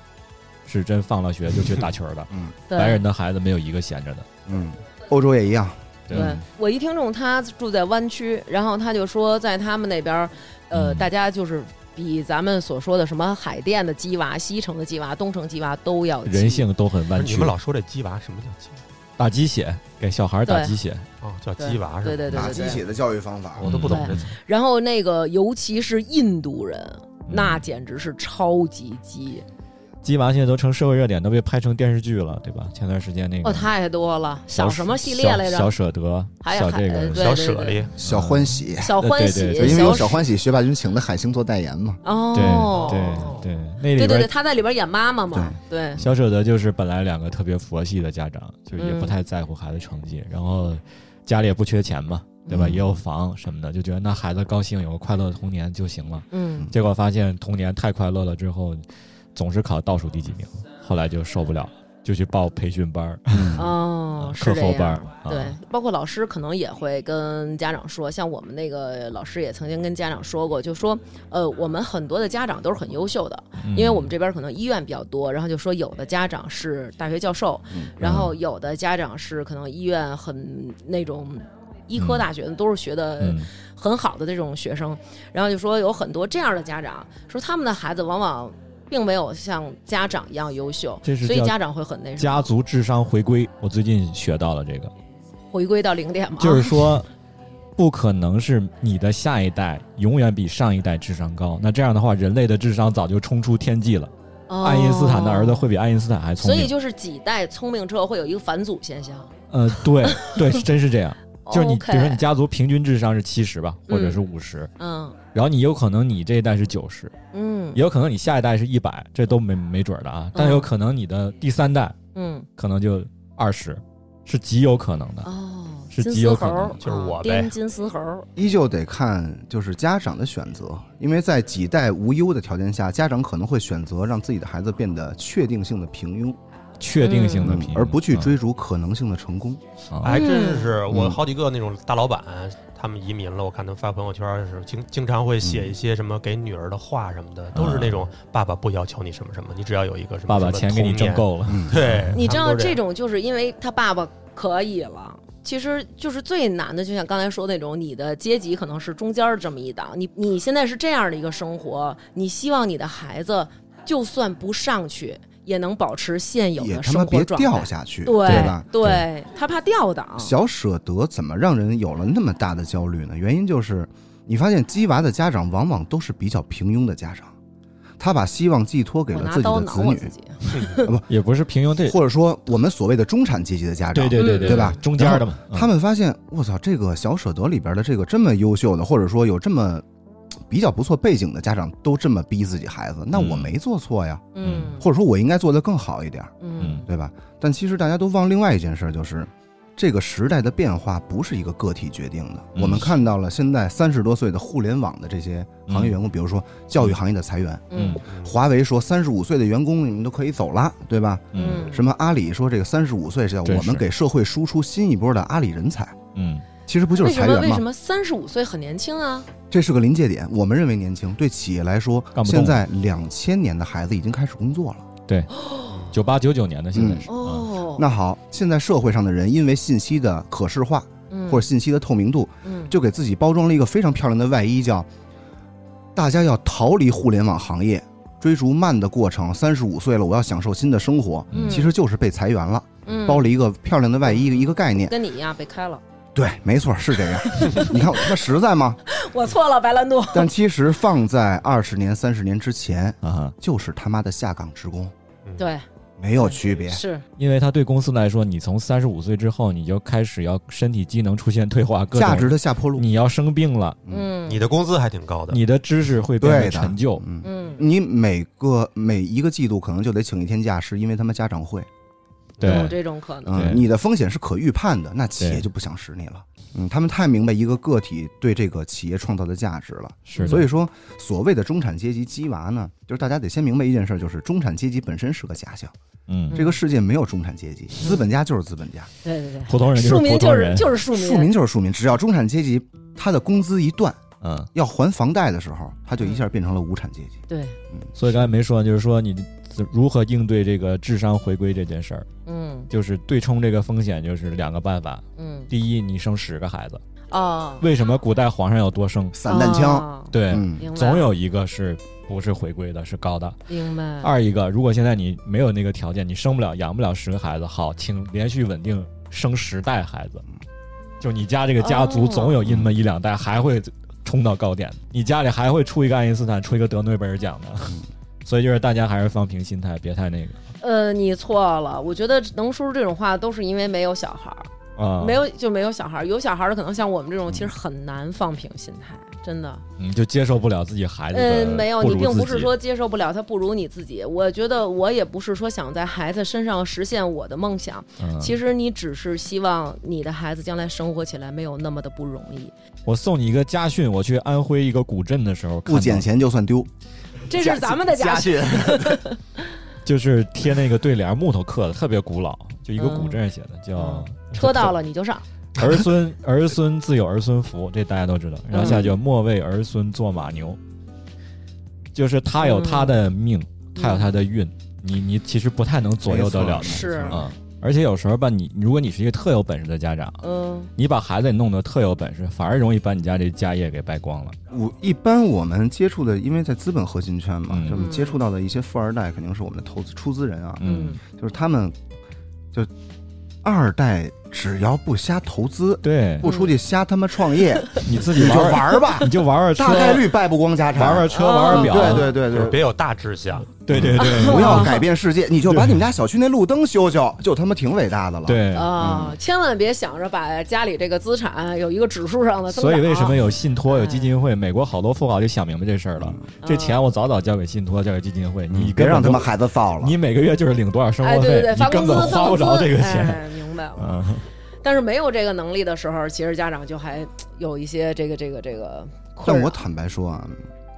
是真放了学就去打球的，
嗯
对
白人的孩子没有一个闲着的。
嗯，欧洲也一样。
对
嗯
我一听众他住在湾区，然后他就说在他们那边儿，呃，
嗯
大家就是比咱们所说的什么海淀的鸡娃、西城的鸡娃、东城鸡娃都要鸡
人。性都很
不
弯
是
曲。
你们老说这鸡娃，什么叫鸡娃？
打鸡血，给小孩打鸡血，
哦，叫鸡娃是吧？
对对对
打鸡血的教育方法，
我都不懂这
对
词。
然后那个尤其是印度人，
嗯
那简直是超级鸡。
鸡娃现在都成社会热点，都被拍成电视剧了，对吧？前段时间那个
哦，太多了，小什么系列
嗯
来
小小
着？
舍得，
还
小这
还
个
对
小舍利，
小欢喜，
小欢喜
对，对对
因为有
小
小欢喜，学霸军请的海星做代言嘛。
对
哦，
对对，那
对
里
对对，
边
他在里边演妈妈嘛，对，
小舍得就是本来两个特别佛系的家长，就是也
嗯
不太在乎孩子成绩，然后家里也不缺钱嘛，对吧？
嗯
也有房什么的，就觉得那孩子高兴，有个快乐的童年就行了。
嗯，
结果发现童年太快乐了之后，总是考倒数第几名，后来就受不了了，就去报培训班儿、
哦，
嗯
是
课
这
后班
样
儿。。啊
对，包括老师可能也会跟家长说，像我们那个老师也曾经跟家长说过，就说，呃，我们很多的家长都是很优秀的，
嗯
因为我们这边可能医院比较多，然后就说有的家长是大学教授，
嗯
然后有的家长是可能医院很那种医科大学的，都是学的
嗯
很好的这种学生，然后就说有很多这样的家长，说他们的孩子往往并没有像家长一样优秀，
这是
所以
叫
家长会很那什么，
家族智商回归，我最近学到了这个，
回归到零点嘛，
就是说，不可能是你的下一代永远比上一代智商高。那这样的话，人类的智商早就冲出天际了。
哦
爱因斯坦的儿子会比爱因斯坦还聪
所
明。
以就是几代聪明之后会有一个返祖现象，
呃， 对对，是真是这样。就是你，比
哦 OK
如说你家族平均智商是七十吧，或者是五十、
嗯
然后你有可能你这一代是九十，
嗯
也有可能你下一代是一百，这都没没准儿的啊。但有可能你的第三代
嗯
可能就二十，是极有可能的。
哦，
是
金
极
丝
有可
猴
能
就是我
啊
呗
叮金丝猴，
依旧得看就是家长的选择，因为在几代无忧的条件下，家长可能会选择让自己的孩子变得确定性的平庸，
确定性的
嗯
平、
而不去追逐可能性的成功。
啊。嗯
还
嗯
真是我好几个那种大老板，他们移民了，我看他们发朋友圈的时候，经经常会写一些什么给女儿的话什么的，都是那种爸爸不要求你什么什么，你只要有一个什么
啊爸爸
什么
钱给你
童
挣
年，
够了，
嗯，
对，
你知
他
道
们都这样
这种就是因为他爸爸可以了。其实就是最难的，就像刚才说那种，你的阶级可能是中间儿这么一档。你你现在是这样的一个生活，你希望你的孩子就算不上去，也能保持现有
也
的
他
生
妈
活
别
状
掉
态，
下去，
对嗯
吧？
对他怕掉档，
小舍得怎么让人有了那么大的焦虑呢？原因就是，你发现鸡娃的家长往往都是比较平庸的家长，他把希望寄托给
我
了
拿
自己
刀
的
挠
子
我
女
自，己。
也不是平庸对
或者说我们所谓的中产阶级的家长，
对对对
对吧
中间的嘛，嗯
他们发现，我操，这个小舍得里边的这个这么优秀的，或者说有这么比较不错背景的家长，都这么逼自己孩子，那我
嗯
没做错呀，
嗯
或者说我应该做得更好一点。
嗯
嗯
对吧？但其实大家都忘另外一件事儿，就是这个时代的变化不是一个个体决定的。
嗯
我们看到了现在三十多岁的互联网的这些行业员工，比如说教育行业的裁员，
嗯
华为说三十五岁的员工你们都可以走了，对吧？
嗯
什么阿里说这个三十五岁是要
真
我
是
们给社会输出新一波的阿里人才，
嗯
其实不就
为
是
什
裁
么
员
为
吗
什？么三十五岁很年轻啊？
这是个临界点，我们认为年轻，对企业来说，
干不动
现在两千年的孩子已经开始工作了。
嗯九八九九年
嗯
的现在是啊
哦，
那好，现在社会上的人因为信息的可视化
嗯
或者信息的透明度，
嗯
就给自己包装了一个非常漂亮的外衣，叫“大家要逃离互联网行业，追逐慢的过程。三十五岁了，我要享受新的生活。
嗯
其实就是被裁员了，
嗯
包了一个漂亮的外衣，一个概念。
跟你一样被开了，
对，没错，是这样。你看，那实在吗？
我错了，白兰度。
但其实放在二十年、三十年之前，
啊哈，
就是他妈的下岗职工，
对，
没有区别。
是
因为他对公司来说，你从三十五岁之后，你就开始要身体机能出现退化，各种
价值的下坡路，
你要生病了，
嗯
你的工资还挺高的，
你的知识会变
对
得
的
陈旧，
嗯，
嗯
你每个每一个季度可能就得请一天假，是因为他们家长会。
有
对，
这种可能。
对
嗯，你的风险是可预判的，那企业
对
就不想使你了。嗯，他们太明白一个个体对这个企业创造的价值了。
是的，
所以说，所谓的中产阶级鸡娃呢，就是大家得先明白一件事儿，就是中产阶级本身是个假象，
嗯，
这个世界没有中产阶级，资本家就是资本家，
对对对，
普通人就
庶
是
民
普
就
通
是
人，
就是庶民，
庶民就是庶民。只要中产阶级他的工资一断，
嗯，
要还房贷的时候，他就一下变成了无产阶级。
对，
所以刚才没说，就是说你如何应对这个智商回归这件事儿，
嗯
就是对冲这个风险，就是两个办法。
嗯
第一，你生十个孩子，
哦，
为什么古代皇上要多生？
散弹枪，
哦，
对，
嗯，
明白
总有一个是不是回归的，是高的。
明白。
二一个，如果现在你没有那个条件，你生不了、养不了十个孩子，好，请连续稳定生十代孩子。
嗯
就你家这个家族
哦
总有那么一两
嗯
代还会冲到高点，你家里还会出一个爱因斯坦，出一个德诺贝尔奖的， 所以就是大家还是放平心态，别太那个
呃，你错了，我觉得能说出这种话都是因为没有小孩儿。
啊，
嗯没，有就没有小孩儿，有小孩儿的可能像我们这种，其实很难放平心态，真的。
嗯，就接受不了自己孩子的
嗯，没有，
不
你
如
并不
自
是
己
说接受不了他不如你自己。我觉得我也不是说想在孩子身上实现我的梦想，
嗯
其实你只是希望你的孩子将来生活起来没有那么的不容易。
我送你一个家训，我去安徽一个古镇的时候，
不捡，钱就算丢，
这是咱们的嗯家
家
训。
训，
就是贴那个对联木头刻的，特别古老，就一个
嗯
古镇写的，叫
嗯车到了你就上，
儿孙儿孙自有儿孙福，这大家都知
嗯
道。然后下一句叫莫为儿孙做马牛，就是他有他的命，
嗯
他有他的运，你你其实不太能左右得了
没
的
是
错
啊。而且有时候吧，你如果你是一个特有本事的家长，
嗯
你把孩子弄得特有本事，反而容易把你家这家业给败光了。
我一般我们接触的，因为在资本核心圈嘛
嗯，
就我们接触到的一些富二代，肯定是我们的投资出资人啊，
嗯，
就是他们就二代只要不瞎投资，
对，
不出去瞎他妈创业，
嗯 你自己
你就
玩，
玩吧
你就玩玩车，
大概率败不光家产。
玩啊玩车，玩玩表，
对对对
就是
对。
别有大志向，
对对 对
不
嗯
要改变世界，你就把你们家小区那路灯修修，就他妈挺伟大的了。，
对。嗯
啊，千万别想着把家里这个资产有一个指数上呃的增
所
长。
以为什么有信托、
哎
有基金会？美国好多富豪就想明白这事儿了。
嗯
这钱我早早交给信托、交给基金会，你
你嗯别让他
们
们孩子造了。
你每个月就是领多少生
哎，
活
对对
费
对，，
你
发工
根
资
本花不着这个
放工资
钱。
哎，明白了。
嗯，
但是没有这个能力的时候，其实家长就还有一些这个这个这个困
但
扰。
我坦白说啊，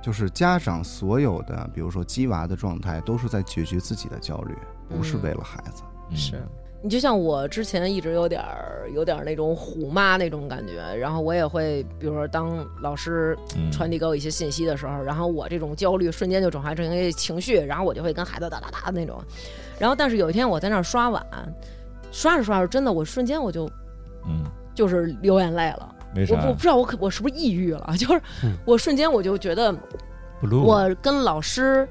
就是家长所有的，比如说鸡娃的状态，都是在解决自己的焦虑，不
嗯
是为了孩子。
嗯
是你就像我之前一直有点儿有点儿那种虎妈那种感觉，然后我也会，比如说当老师
嗯
传递给我一些信息的时候，然后我这种焦虑瞬间就转化成一个情绪，然后我就会跟孩子哒哒哒那种。然后但是有一天我在那儿刷碗，刷着刷着，真的我瞬间我就
嗯，
就是流眼泪了。
为
我
啥？
我不知道我可我是不是抑郁了， 就是
嗯
我瞬间我就觉得。
嗯
blue，
我跟老师，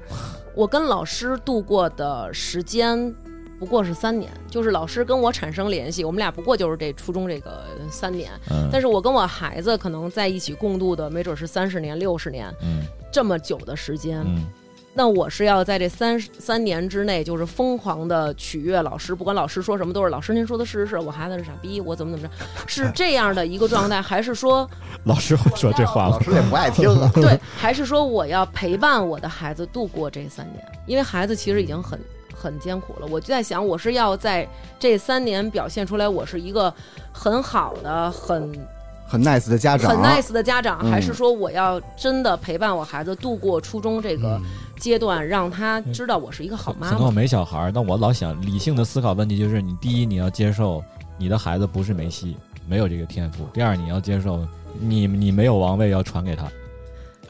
我跟老师度过的时间不过是三年，就是老师跟我产生联系，我们俩不过就是这初中这个三年，
嗯
但是我跟我孩子可能在一起共度的没准是三十年、六十年
嗯
这么久的时间。
嗯
那我是要在这三三年之内，就是疯狂的取悦老师，不管老师说什么，都是老师您说的是是是，我孩子是傻逼，我怎么怎 么着，是这样的一个状态，还是说？
老师会说这话吗
老？师也不爱听啊。
对，还是说我要陪伴我的孩子度过这三年，因为孩子其实已经
嗯
很很艰苦了。我就在想，我是要在这三年表现出来，我是一个很好的、很
很 nice 的家长，
很 nice 的家长，
嗯
还是说我要真的陪伴我孩子度过初中这个
嗯
阶段，让他知道我是一个好
可
妈
能我
妈？
没小孩儿，但我老想理性的思考问题，就是你第一你要接受你的孩子不是梅西，没有这个天赋；第二你要接受你你没有王位要传给
嗯
他。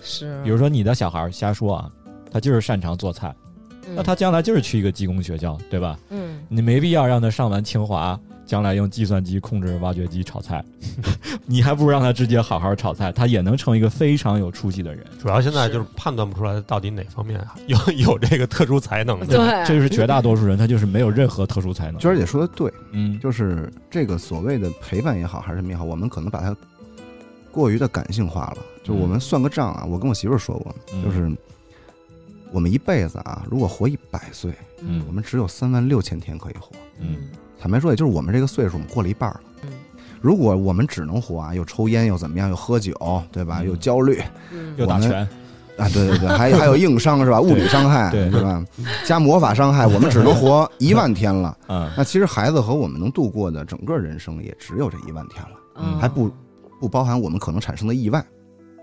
是
比如说你的小孩儿瞎说啊，他就是擅长做菜，那他将来就是去一个技工学校，对吧？
嗯，
你没必要让他上完清华，将来用计算机控制挖掘机炒菜， 你还不如让他直接好好炒菜，他也能成一个非常有出息的人。
主要现在就是判断不出来到底哪方面有 有这个特殊才能的。
对，
这就是绝大多数人，他就是没有任何特殊才能。
娟儿姐说的对，
嗯，
就是这个所谓的陪伴也好，还是什么也好，我们可能把它过于的感性化了。就我们算个账啊，我跟我媳妇儿说过，
嗯
就是我们一辈子啊，如果活一百岁，
嗯
我们只有三万六千天可以活。
嗯
坦白说，也就是我们这个岁数，我们过了一半了
嗯。
如果我们只能活啊，又抽烟又怎么样，又喝酒，对吧？
嗯
又焦虑
嗯
又打拳，
啊，对对对，还还有硬伤是吧？物理伤害
对
是吧？加魔法伤害，我们只能 活一万天了。
嗯
那其实孩子和我们能度过的整个人生也只有这一万天了，
嗯
还不不包含我们可能产生的意外。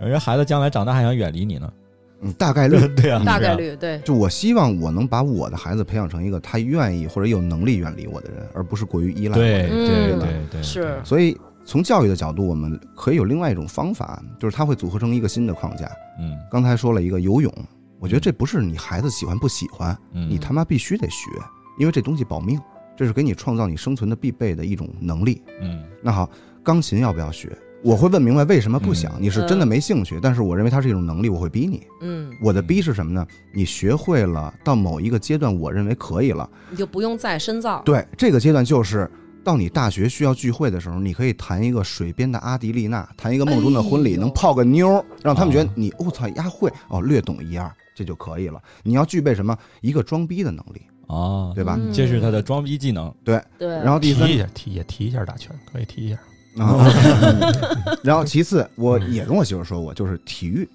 人家孩子将来长大还想远离你呢。
嗯，大概率
对啊，
大
是啊
概。率对，
就我希望我能把我的孩子培养成一个他愿意或者有能力远离我的人，而不是过于依赖。，
对
嗯
对对对，
是
所以从教育的角度，我们可以有另外一种方法，就是它会组合成一个新的框架。
嗯
刚才说了一个游泳，我觉得这不是你孩子喜欢不喜欢，
嗯，
你他妈必须得学，因为这东西保命，这是给你创造你生存的必备的一种能力。
嗯
那好，钢琴要不要学？我会问明白为什么不想，
嗯
你是真的没兴趣，但是我认为它是一种能力，我会逼你。
嗯，
我的逼是什么呢？你学会了到某一个阶段，我认为可以了。
你就不用再深造。
对，这个阶段就是到你大学需要聚会的时候，你可以弹一个水边的阿迪丽娜，弹一个梦中的婚
哎
礼，
呦
能泡个妞儿，让他们觉得
啊
你我操丫会哦，略懂一二。这就可以了。你要具备什么一个装逼的能力，
啊，
对吧？
嗯
这是他的装逼技能。
对，
然后
提
第三
一下，提也提一下打拳，可以提一下。
啊，然后其次，我也跟我媳妇说过，就是体育，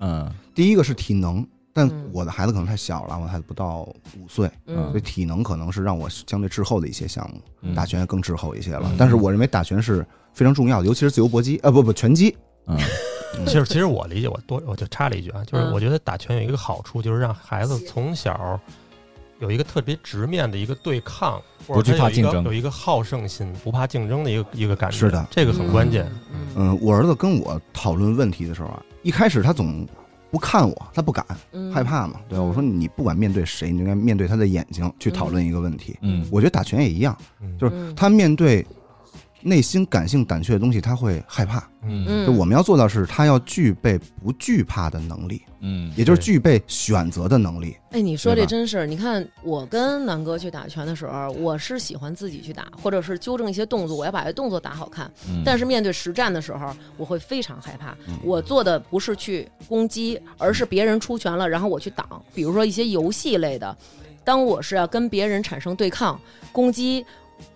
嗯
第一个是体能，但
嗯
我的孩子可能太小了，我的孩子不到五岁，
嗯
所以体能可能是让我相对滞后的一些项目，
嗯
打拳更滞后一些了
嗯。
但是我认为打拳是非常重要的，尤其是自由搏击，呃，不不，拳击，
嗯
其实，其实我理解，我多我就插了一句啊，就是
嗯
我觉得打拳有一个好处，就是让孩子
是
从小有一个特别直面的一个对抗，或
不
者
惧
他
怕
有一
竞
个
争
有一个好胜心，不怕竞争的一个一个感觉。
是的
这个很关键。
嗯。
嗯，我儿子跟我讨论问题的时候啊，一开始他总不看我，他不敢，
嗯，
害怕嘛，对吧？
嗯
我说你不管面对谁，你就应该面对他的眼睛去讨论一个问题。
嗯
我觉得打拳也一样，
嗯
就是
嗯
他面对内心感性胆怯的东西，他会害怕。
嗯
嗯，
就我们要做到是，他要具备不惧怕的能力，
嗯
也就是具备选择的能力。
哎，你说
对
这
吧
真事儿，你看我跟南哥去打拳的时候，我是喜欢自己去打，或者是纠正一些动作，我要把这动作打好看。
嗯
但是面对实战的时候，我会非常害怕。我做的不是去攻击，而是别人出拳了，然后我去挡。比如说一些游戏类的，当我是要跟别人产生对抗、攻击，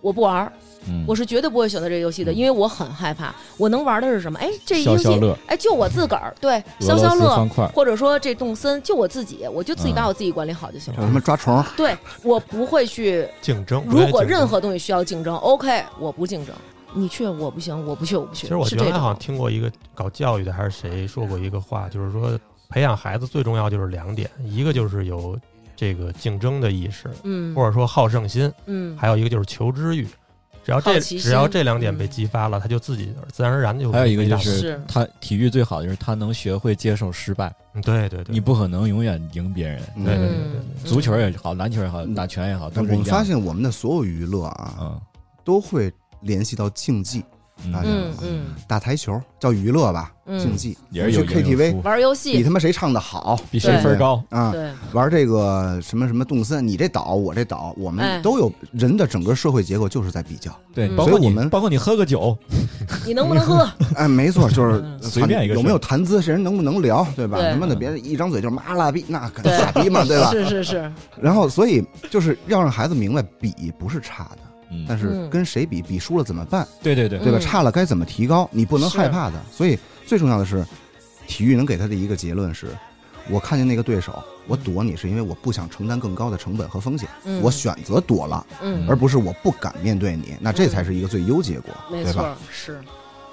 我不玩儿，
嗯
我是绝对不会选择这个游戏的，因为我很害怕。我能玩的是什么？哎，这
消
游
消
戏
乐，
哎，就我自个儿，对，
俄
消
罗
消
斯
乐
方，块，
或者说这动森，就我自己，我就自
嗯
己把我自己管理好就行
叫
了。
什么抓虫？
对我不会去，
竞争，
如果任
何。
何东西需要竞争，OK，我不竞争。你去我不行，我不去我不去。
其实我
是
原
这
来好像
种，
听过一个搞教育的还是谁说过一个话，就是说培养孩子最重要就是两点，一个就是有这个竞争的意识，
嗯
或者说好胜心，
嗯，
还有一个就是求知欲。只要
好
这
奇心
只要这两点
嗯
被激发了，他就自己自然而然就
还有一个
没
就
打算
是
是
他体育最好的就是他能学会接受失败，
嗯对对对，
你不可能永远赢别人。
嗯
对对对对
嗯，
足球也好，篮球也好，
嗯
打拳也好，
我
啊都是一
们
样
发
的。
现我们的所有娱乐啊，
嗯
都会联系到竞技。啊
嗯嗯
打台球叫娱乐吧，
嗯
竞技
也是有
去 KTV
玩儿游
比
戏
他，妈谁唱的好
比谁分高。
啊！
对，
玩这个什么什么动森，你这倒我这倒，我
哎
们都有人的整个社会结构就是在比 较。
对，
嗯
包
所
括
以我
你
们
包括你喝个酒，
你能不能喝？
哎，没错，就是
嗯
谈
随便一个事儿
有没有谈资，这人能不能聊，对吧？
对
他妈的，别人一张嘴就是妈蜡逼，那肯
对
定傻逼 嘛， 对吧？
是是是，
然后，所以就是要让孩子明白，比不是差的，
嗯，
但是
嗯
跟谁比，比输了怎么办，
对对对
对吧？
嗯
差了该怎么提高，你不能
是
害怕的。所以最重要的是，体育能给他的一个结论是：我看见那个对手，我躲你是因为我不想承担更高的成本和风险，
嗯
我选择躲了，
嗯，
而不是我不敢面对你，那这
嗯
才是一个最优结果，
没
对
错
吧？
儿，是，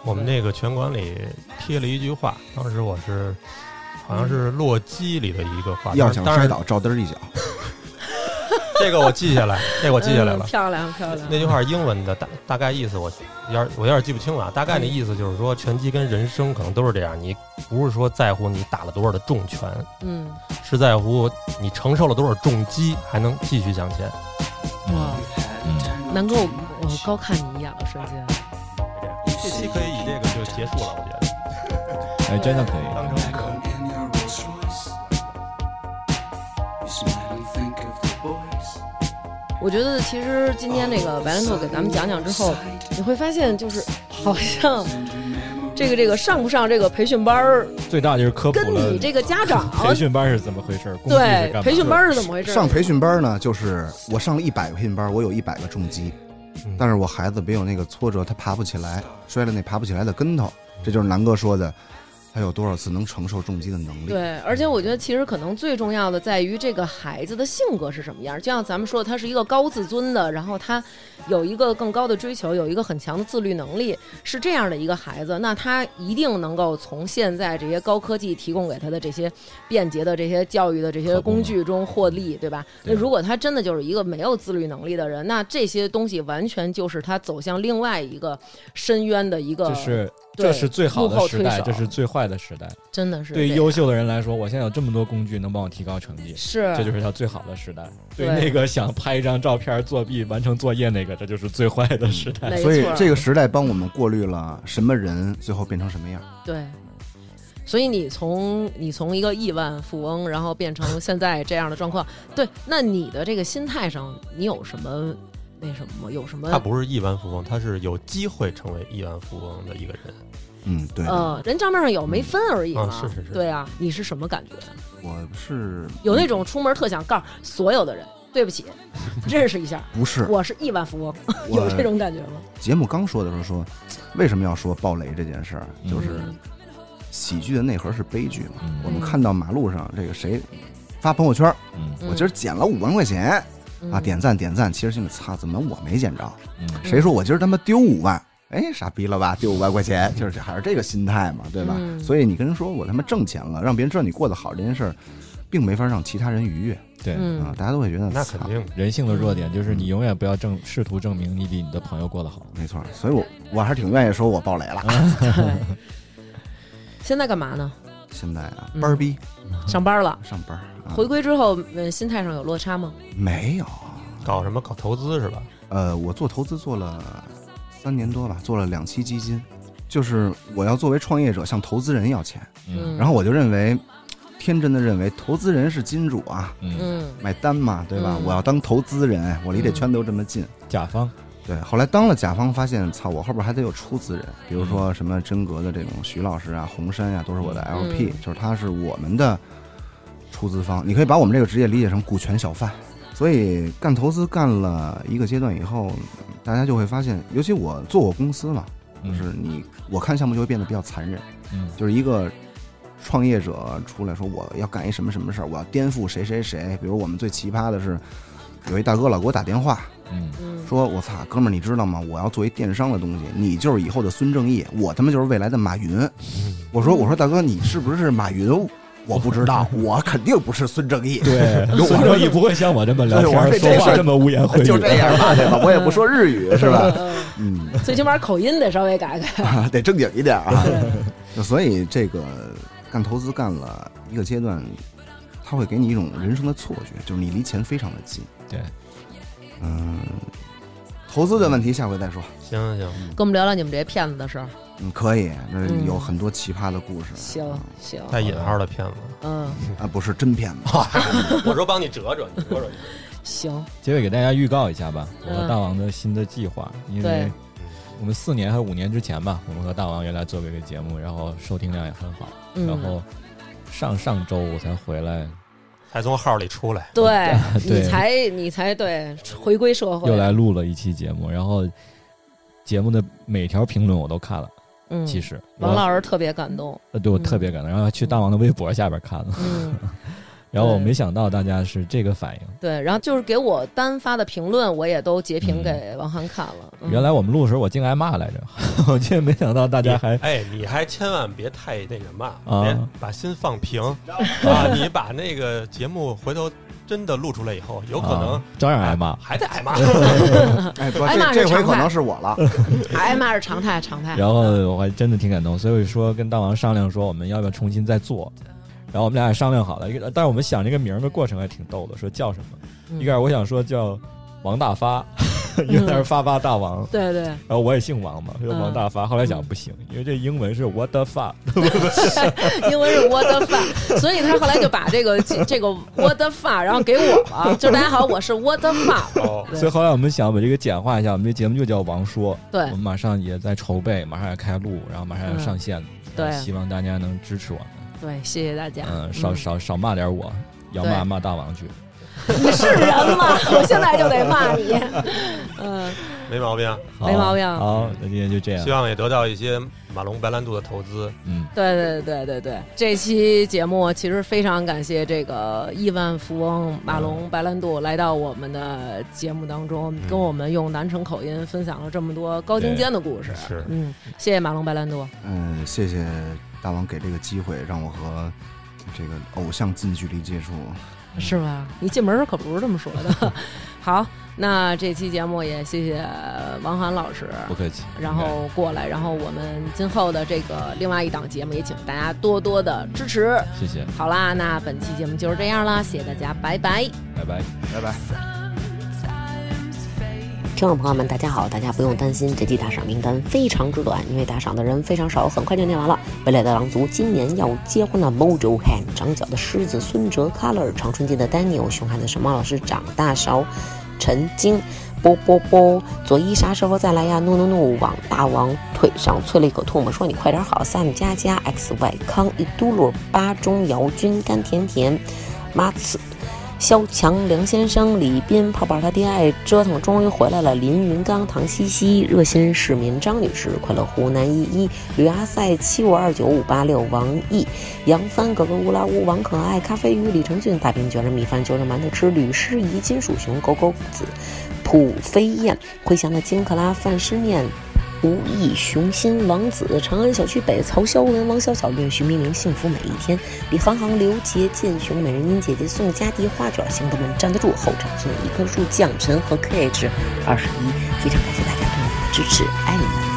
我们那个拳馆里贴了一句话，当时我是好像是《洛基》里的一个话，
要
当
想
然当
摔
然
倒，照嘚儿一脚。
这个我记下来， 这个我记下来
嗯
了。
漂亮漂亮
那，句话是英文的，大大概意思我有点我有点记不清了啊，大概那意思就是说，拳击跟人生可能都是这样，你不是说在乎你打了多少的重拳，
嗯，
是在乎你承受了多少重击还能继续向前。
嗯
嗯
哇，南哥，我我高看你一眼了，瞬间。
这期可以以这个就结束了，我觉得。
哎，真的可以。
in your Rolls Royce. You smile and think of the boys.
我觉得其实今天这个白兰度给咱们讲讲之后，你会发现就是好像这个这个上不上这个培训班儿，
最大就是科普
跟
了
你这个家长
培训班是怎么回事，工具是干
对
嘛
培训班是怎么回事？
上培训班呢，就是我上了一百个培训班，我有一百个重击，
嗯
但是我孩子别有那个挫折，他爬不起来，摔了那爬不起来的跟头，这就是南哥说的，他有多少次能承受重击的能力？，
对，而
嗯
且我觉得其实可能最重要的在于这个孩子的性格是什么样儿。就像咱们说的，他是一个高自尊的，然后他有一个更高的追求，有一个很强的自律能力，是这样的一个孩子，那他一定能够从现在这些高科技提供给他的这些便捷的这些教育的这些
可不嘛嗯
工具中获利，对吧？那
对啊
如果他真的就是一个没有自律能力的人，那这些东西完全就是他走向另外一个深渊的一个，
这是
对
这是最好
幕
的
后
时代，
推手
这是最坏的时代。
真的是
对于
这
优
样
秀的人来说，我现在有这么多工具能帮我提高成绩，
是
这就是他最好的时代。对
对
那个想拍一张照片作弊完成作业那个，这就是最坏的时 代。
没
所以
错儿
这个时代帮我们过滤了什么人最后变成什么样。
对，所以你从你从一个亿万富翁，然后 变成现在这样的状况，对，那你的这个心态上，你有什么
嗯
那什么吗？有什么
他？不是亿万富翁，他是有机会成为亿万富翁的一个人。
嗯，对，
呃，人账面上有没分而已嘛。
嗯啊是是是
对啊，你是什么感觉？啊
我是嗯
有那种出门特想告诉所有的人，对 不起，认识一下，
不是
我是亿万富翁，
我
有这种感觉吗？
节目刚说的时候说，为什么要说暴雷这件事儿？就是
嗯
喜剧的内核是悲剧嘛。
嗯
我们看到马路上这个谁发朋友圈，
嗯
嗯
我今儿捡了五万块钱啊，
嗯
点赞点赞，其实心里擦，怎么我没捡着？
嗯
谁说我今儿他妈丢五万？哎，傻逼了吧？丢五万块钱，就是这还是这个心态嘛，对吧？
嗯
所以你跟人说我他妈挣钱了，让别人知道你过得好这件事儿，并没法让其他人愉悦
对，
啊、
嗯
大家都会觉得
那
操
肯定
人性的弱点就是你永远不要证试图证明你比你的朋友过得好。
没错。所以我我还是挺愿意说我爆雷了。
嗯
嗯对。 现在干嘛呢？
现在啊，
嗯
班儿逼
上班了。
上班儿啊，
回归之后，嗯，心态上有落差吗？
没有。
搞什么搞投资是吧？
呃，我做投资做了三年多吧，做了两期基金，就是我要作为创业者向投资人要钱，
嗯
然后我就认为，天真的认为投资人是金主啊，
嗯，
嗯
买单嘛，对吧？
嗯
我要当投资人，我离这
嗯
圈都这么近。
甲方
对，后来当了甲方，发现操，我后边还得有出资人，比如说什么真格的这种徐老师啊、红杉啊，都是我的 LP，、
嗯嗯
就是他是我们的出资方。你可以把我们这个职业理解成股权小贩。所以干投资干了一个阶段以后，大家就会发现，尤其我做我公司嘛，就
嗯
是你我看项目就会变得比较残忍，
嗯
就是一个创业者出来说我要干一什么什么事儿，我要颠覆谁谁谁。比如我们最奇葩的是，有一大哥老给我打电话，
嗯
嗯
说：“我操，哥们儿，你知道吗？我要做一电商的东西，你就是以后的孙正义，我他妈就是未来的马云。”我说：“我说大哥，你是不是马云？我不知道，我肯定不是孙正义。
对，
我
孙正义不会像我这么聊
对我说
天
这
说
事
话
儿
这么污言秽语，
就这样吧，对吧？我也不说日语，是吧？
嗯
嗯，
最起码口音得稍微改改。
啊 得正经一点啊。
对
就所以这个干投资干了一个阶段，他会给你一种人生的错觉，就是你离钱非常的近。
对，
嗯，投资的问题下回再说。
行行，
嗯
跟我们聊聊你们这些骗子的事儿。
嗯，可以，那
嗯
有很多奇葩的故事。
行行，
哎
带引号的骗 子，
嗯，
啊，不是真骗子。
我说帮你折折，你折折。
行，
结尾给大家预告一下吧，我
嗯
和大王的新的计划，因为
对
我们四年还是五年之前吧，我们和大王原来做过一个节目，然后收听量也很好，
嗯
然后上上周我才回来，
才从号里出来，
对
对
你才你才对回归社会
又，来录了一期节目，然后节目的每条评论我都看了，
嗯，
其实
王
我
老师特别感动，
呃对我
嗯
特别感动，然后还去大王的微博下边看了，
嗯，
然后我
对
没想到大家是这个反应。
对，然后就是给我单发的评论，我也都截屏
嗯
给王涵看了。嗯
原来我们录的时候，我竟挨骂来着， 我竟然没想到大家还
哎，你还千万别太那什么，
啊
别把心放平啊！你把那个节目回头真的录出来以后，有可能
啊照样挨骂。
还得挨 骂。
哎，不，
哎那
这这
是
回
常态
可能是我了。
挨哎骂是常态，常态。
然后我还真的挺感动，所以说跟大王商量说我们要不要重新再做，然后我们俩也商量好了，一个但是我们想这个名儿的过程还挺逗的，说叫什么？
嗯
一开始我想说叫王大发， 因为他是发发大王，
对对，
然后我也姓王
嗯
嘛，就王大发。后来想不行，因为这英文是 what the fuck，
英文是 what the fuck，所以他后来就把这个这个 what the fuck，然后给我了，就是大家好，我是 what the fuck，
哦，
对
所以后来我们想把这个简化一下，我们这节目就叫王说。
对
我们马上也在筹备，马上要开录，然后马上要上线，
嗯
呃
对
希望大家能支持我们。
对，谢谢大家。
嗯，少少少骂点我，要
对
骂骂大王去。
你是人 吗？我现在就得骂你。嗯，
没毛病。
好
没毛病
好，那今天就这样
希。望也得到一些马龙白兰度的投资。
嗯，
对对对对对，这期节目其实非常感谢这个亿万富翁马龙白兰度来到我们的节目当中，跟我们用南城口音分享了这么多高精尖的故
啊
事。
是
嗯，谢谢马龙白兰度。
嗯，谢谢大王给这个机会，让我和这个偶像近距离接触。
是吧？你进门儿可不是这么说的。好，那这期节目也谢谢王涵老师，
不客气。
然后过来，然后我们今后的这个另外一档节目也请大家多多的支持。
应该谢谢，
好啦，那本期节目就是这样啦，谢谢大家，拜拜。
拜拜。
拜拜。
听众朋友们，大家好，大家不用担心，这期打赏名单非常之短，因为打赏的人非常少，很快就念完了。未来的狼族今年要结婚了，Mojo Han，长角的狮子孙哲 Color，长春街的 Daniel，熊孩子沈猫老师长大勺，陈晶。啵啵啵，佐伊啥时候再来呀？no no no，往大王腿上啐了一口唾沫，说你快点好。Sam 加加 X Y 康一嘟噜巴中姚军甘甜甜，妈次。萧强、梁先生、李斌、泡泡他爹爱折腾，终于回来了。林云刚、唐西西、热心市民张女士、快乐湖南依依、吕阿塞、七五二九五八六、王毅、杨帆、格格乌拉乌、王可爱、咖啡鱼、李承俊、大饼卷着米饭就着馒头吃、吕诗怡、金属熊、狗狗子、普飞燕、回翔的金克拉、范诗念。吴毅、熊心、王子、长安小区北、曹肖文、王小小、运徐明明、幸福每一天、李航航、刘杰、建雄、美人音姐姐、宋佳迪、花卷、行得稳、站得住、后场村、一棵树、降尘和 KH 二十一，非常感谢大家对我们的支持，爱你们。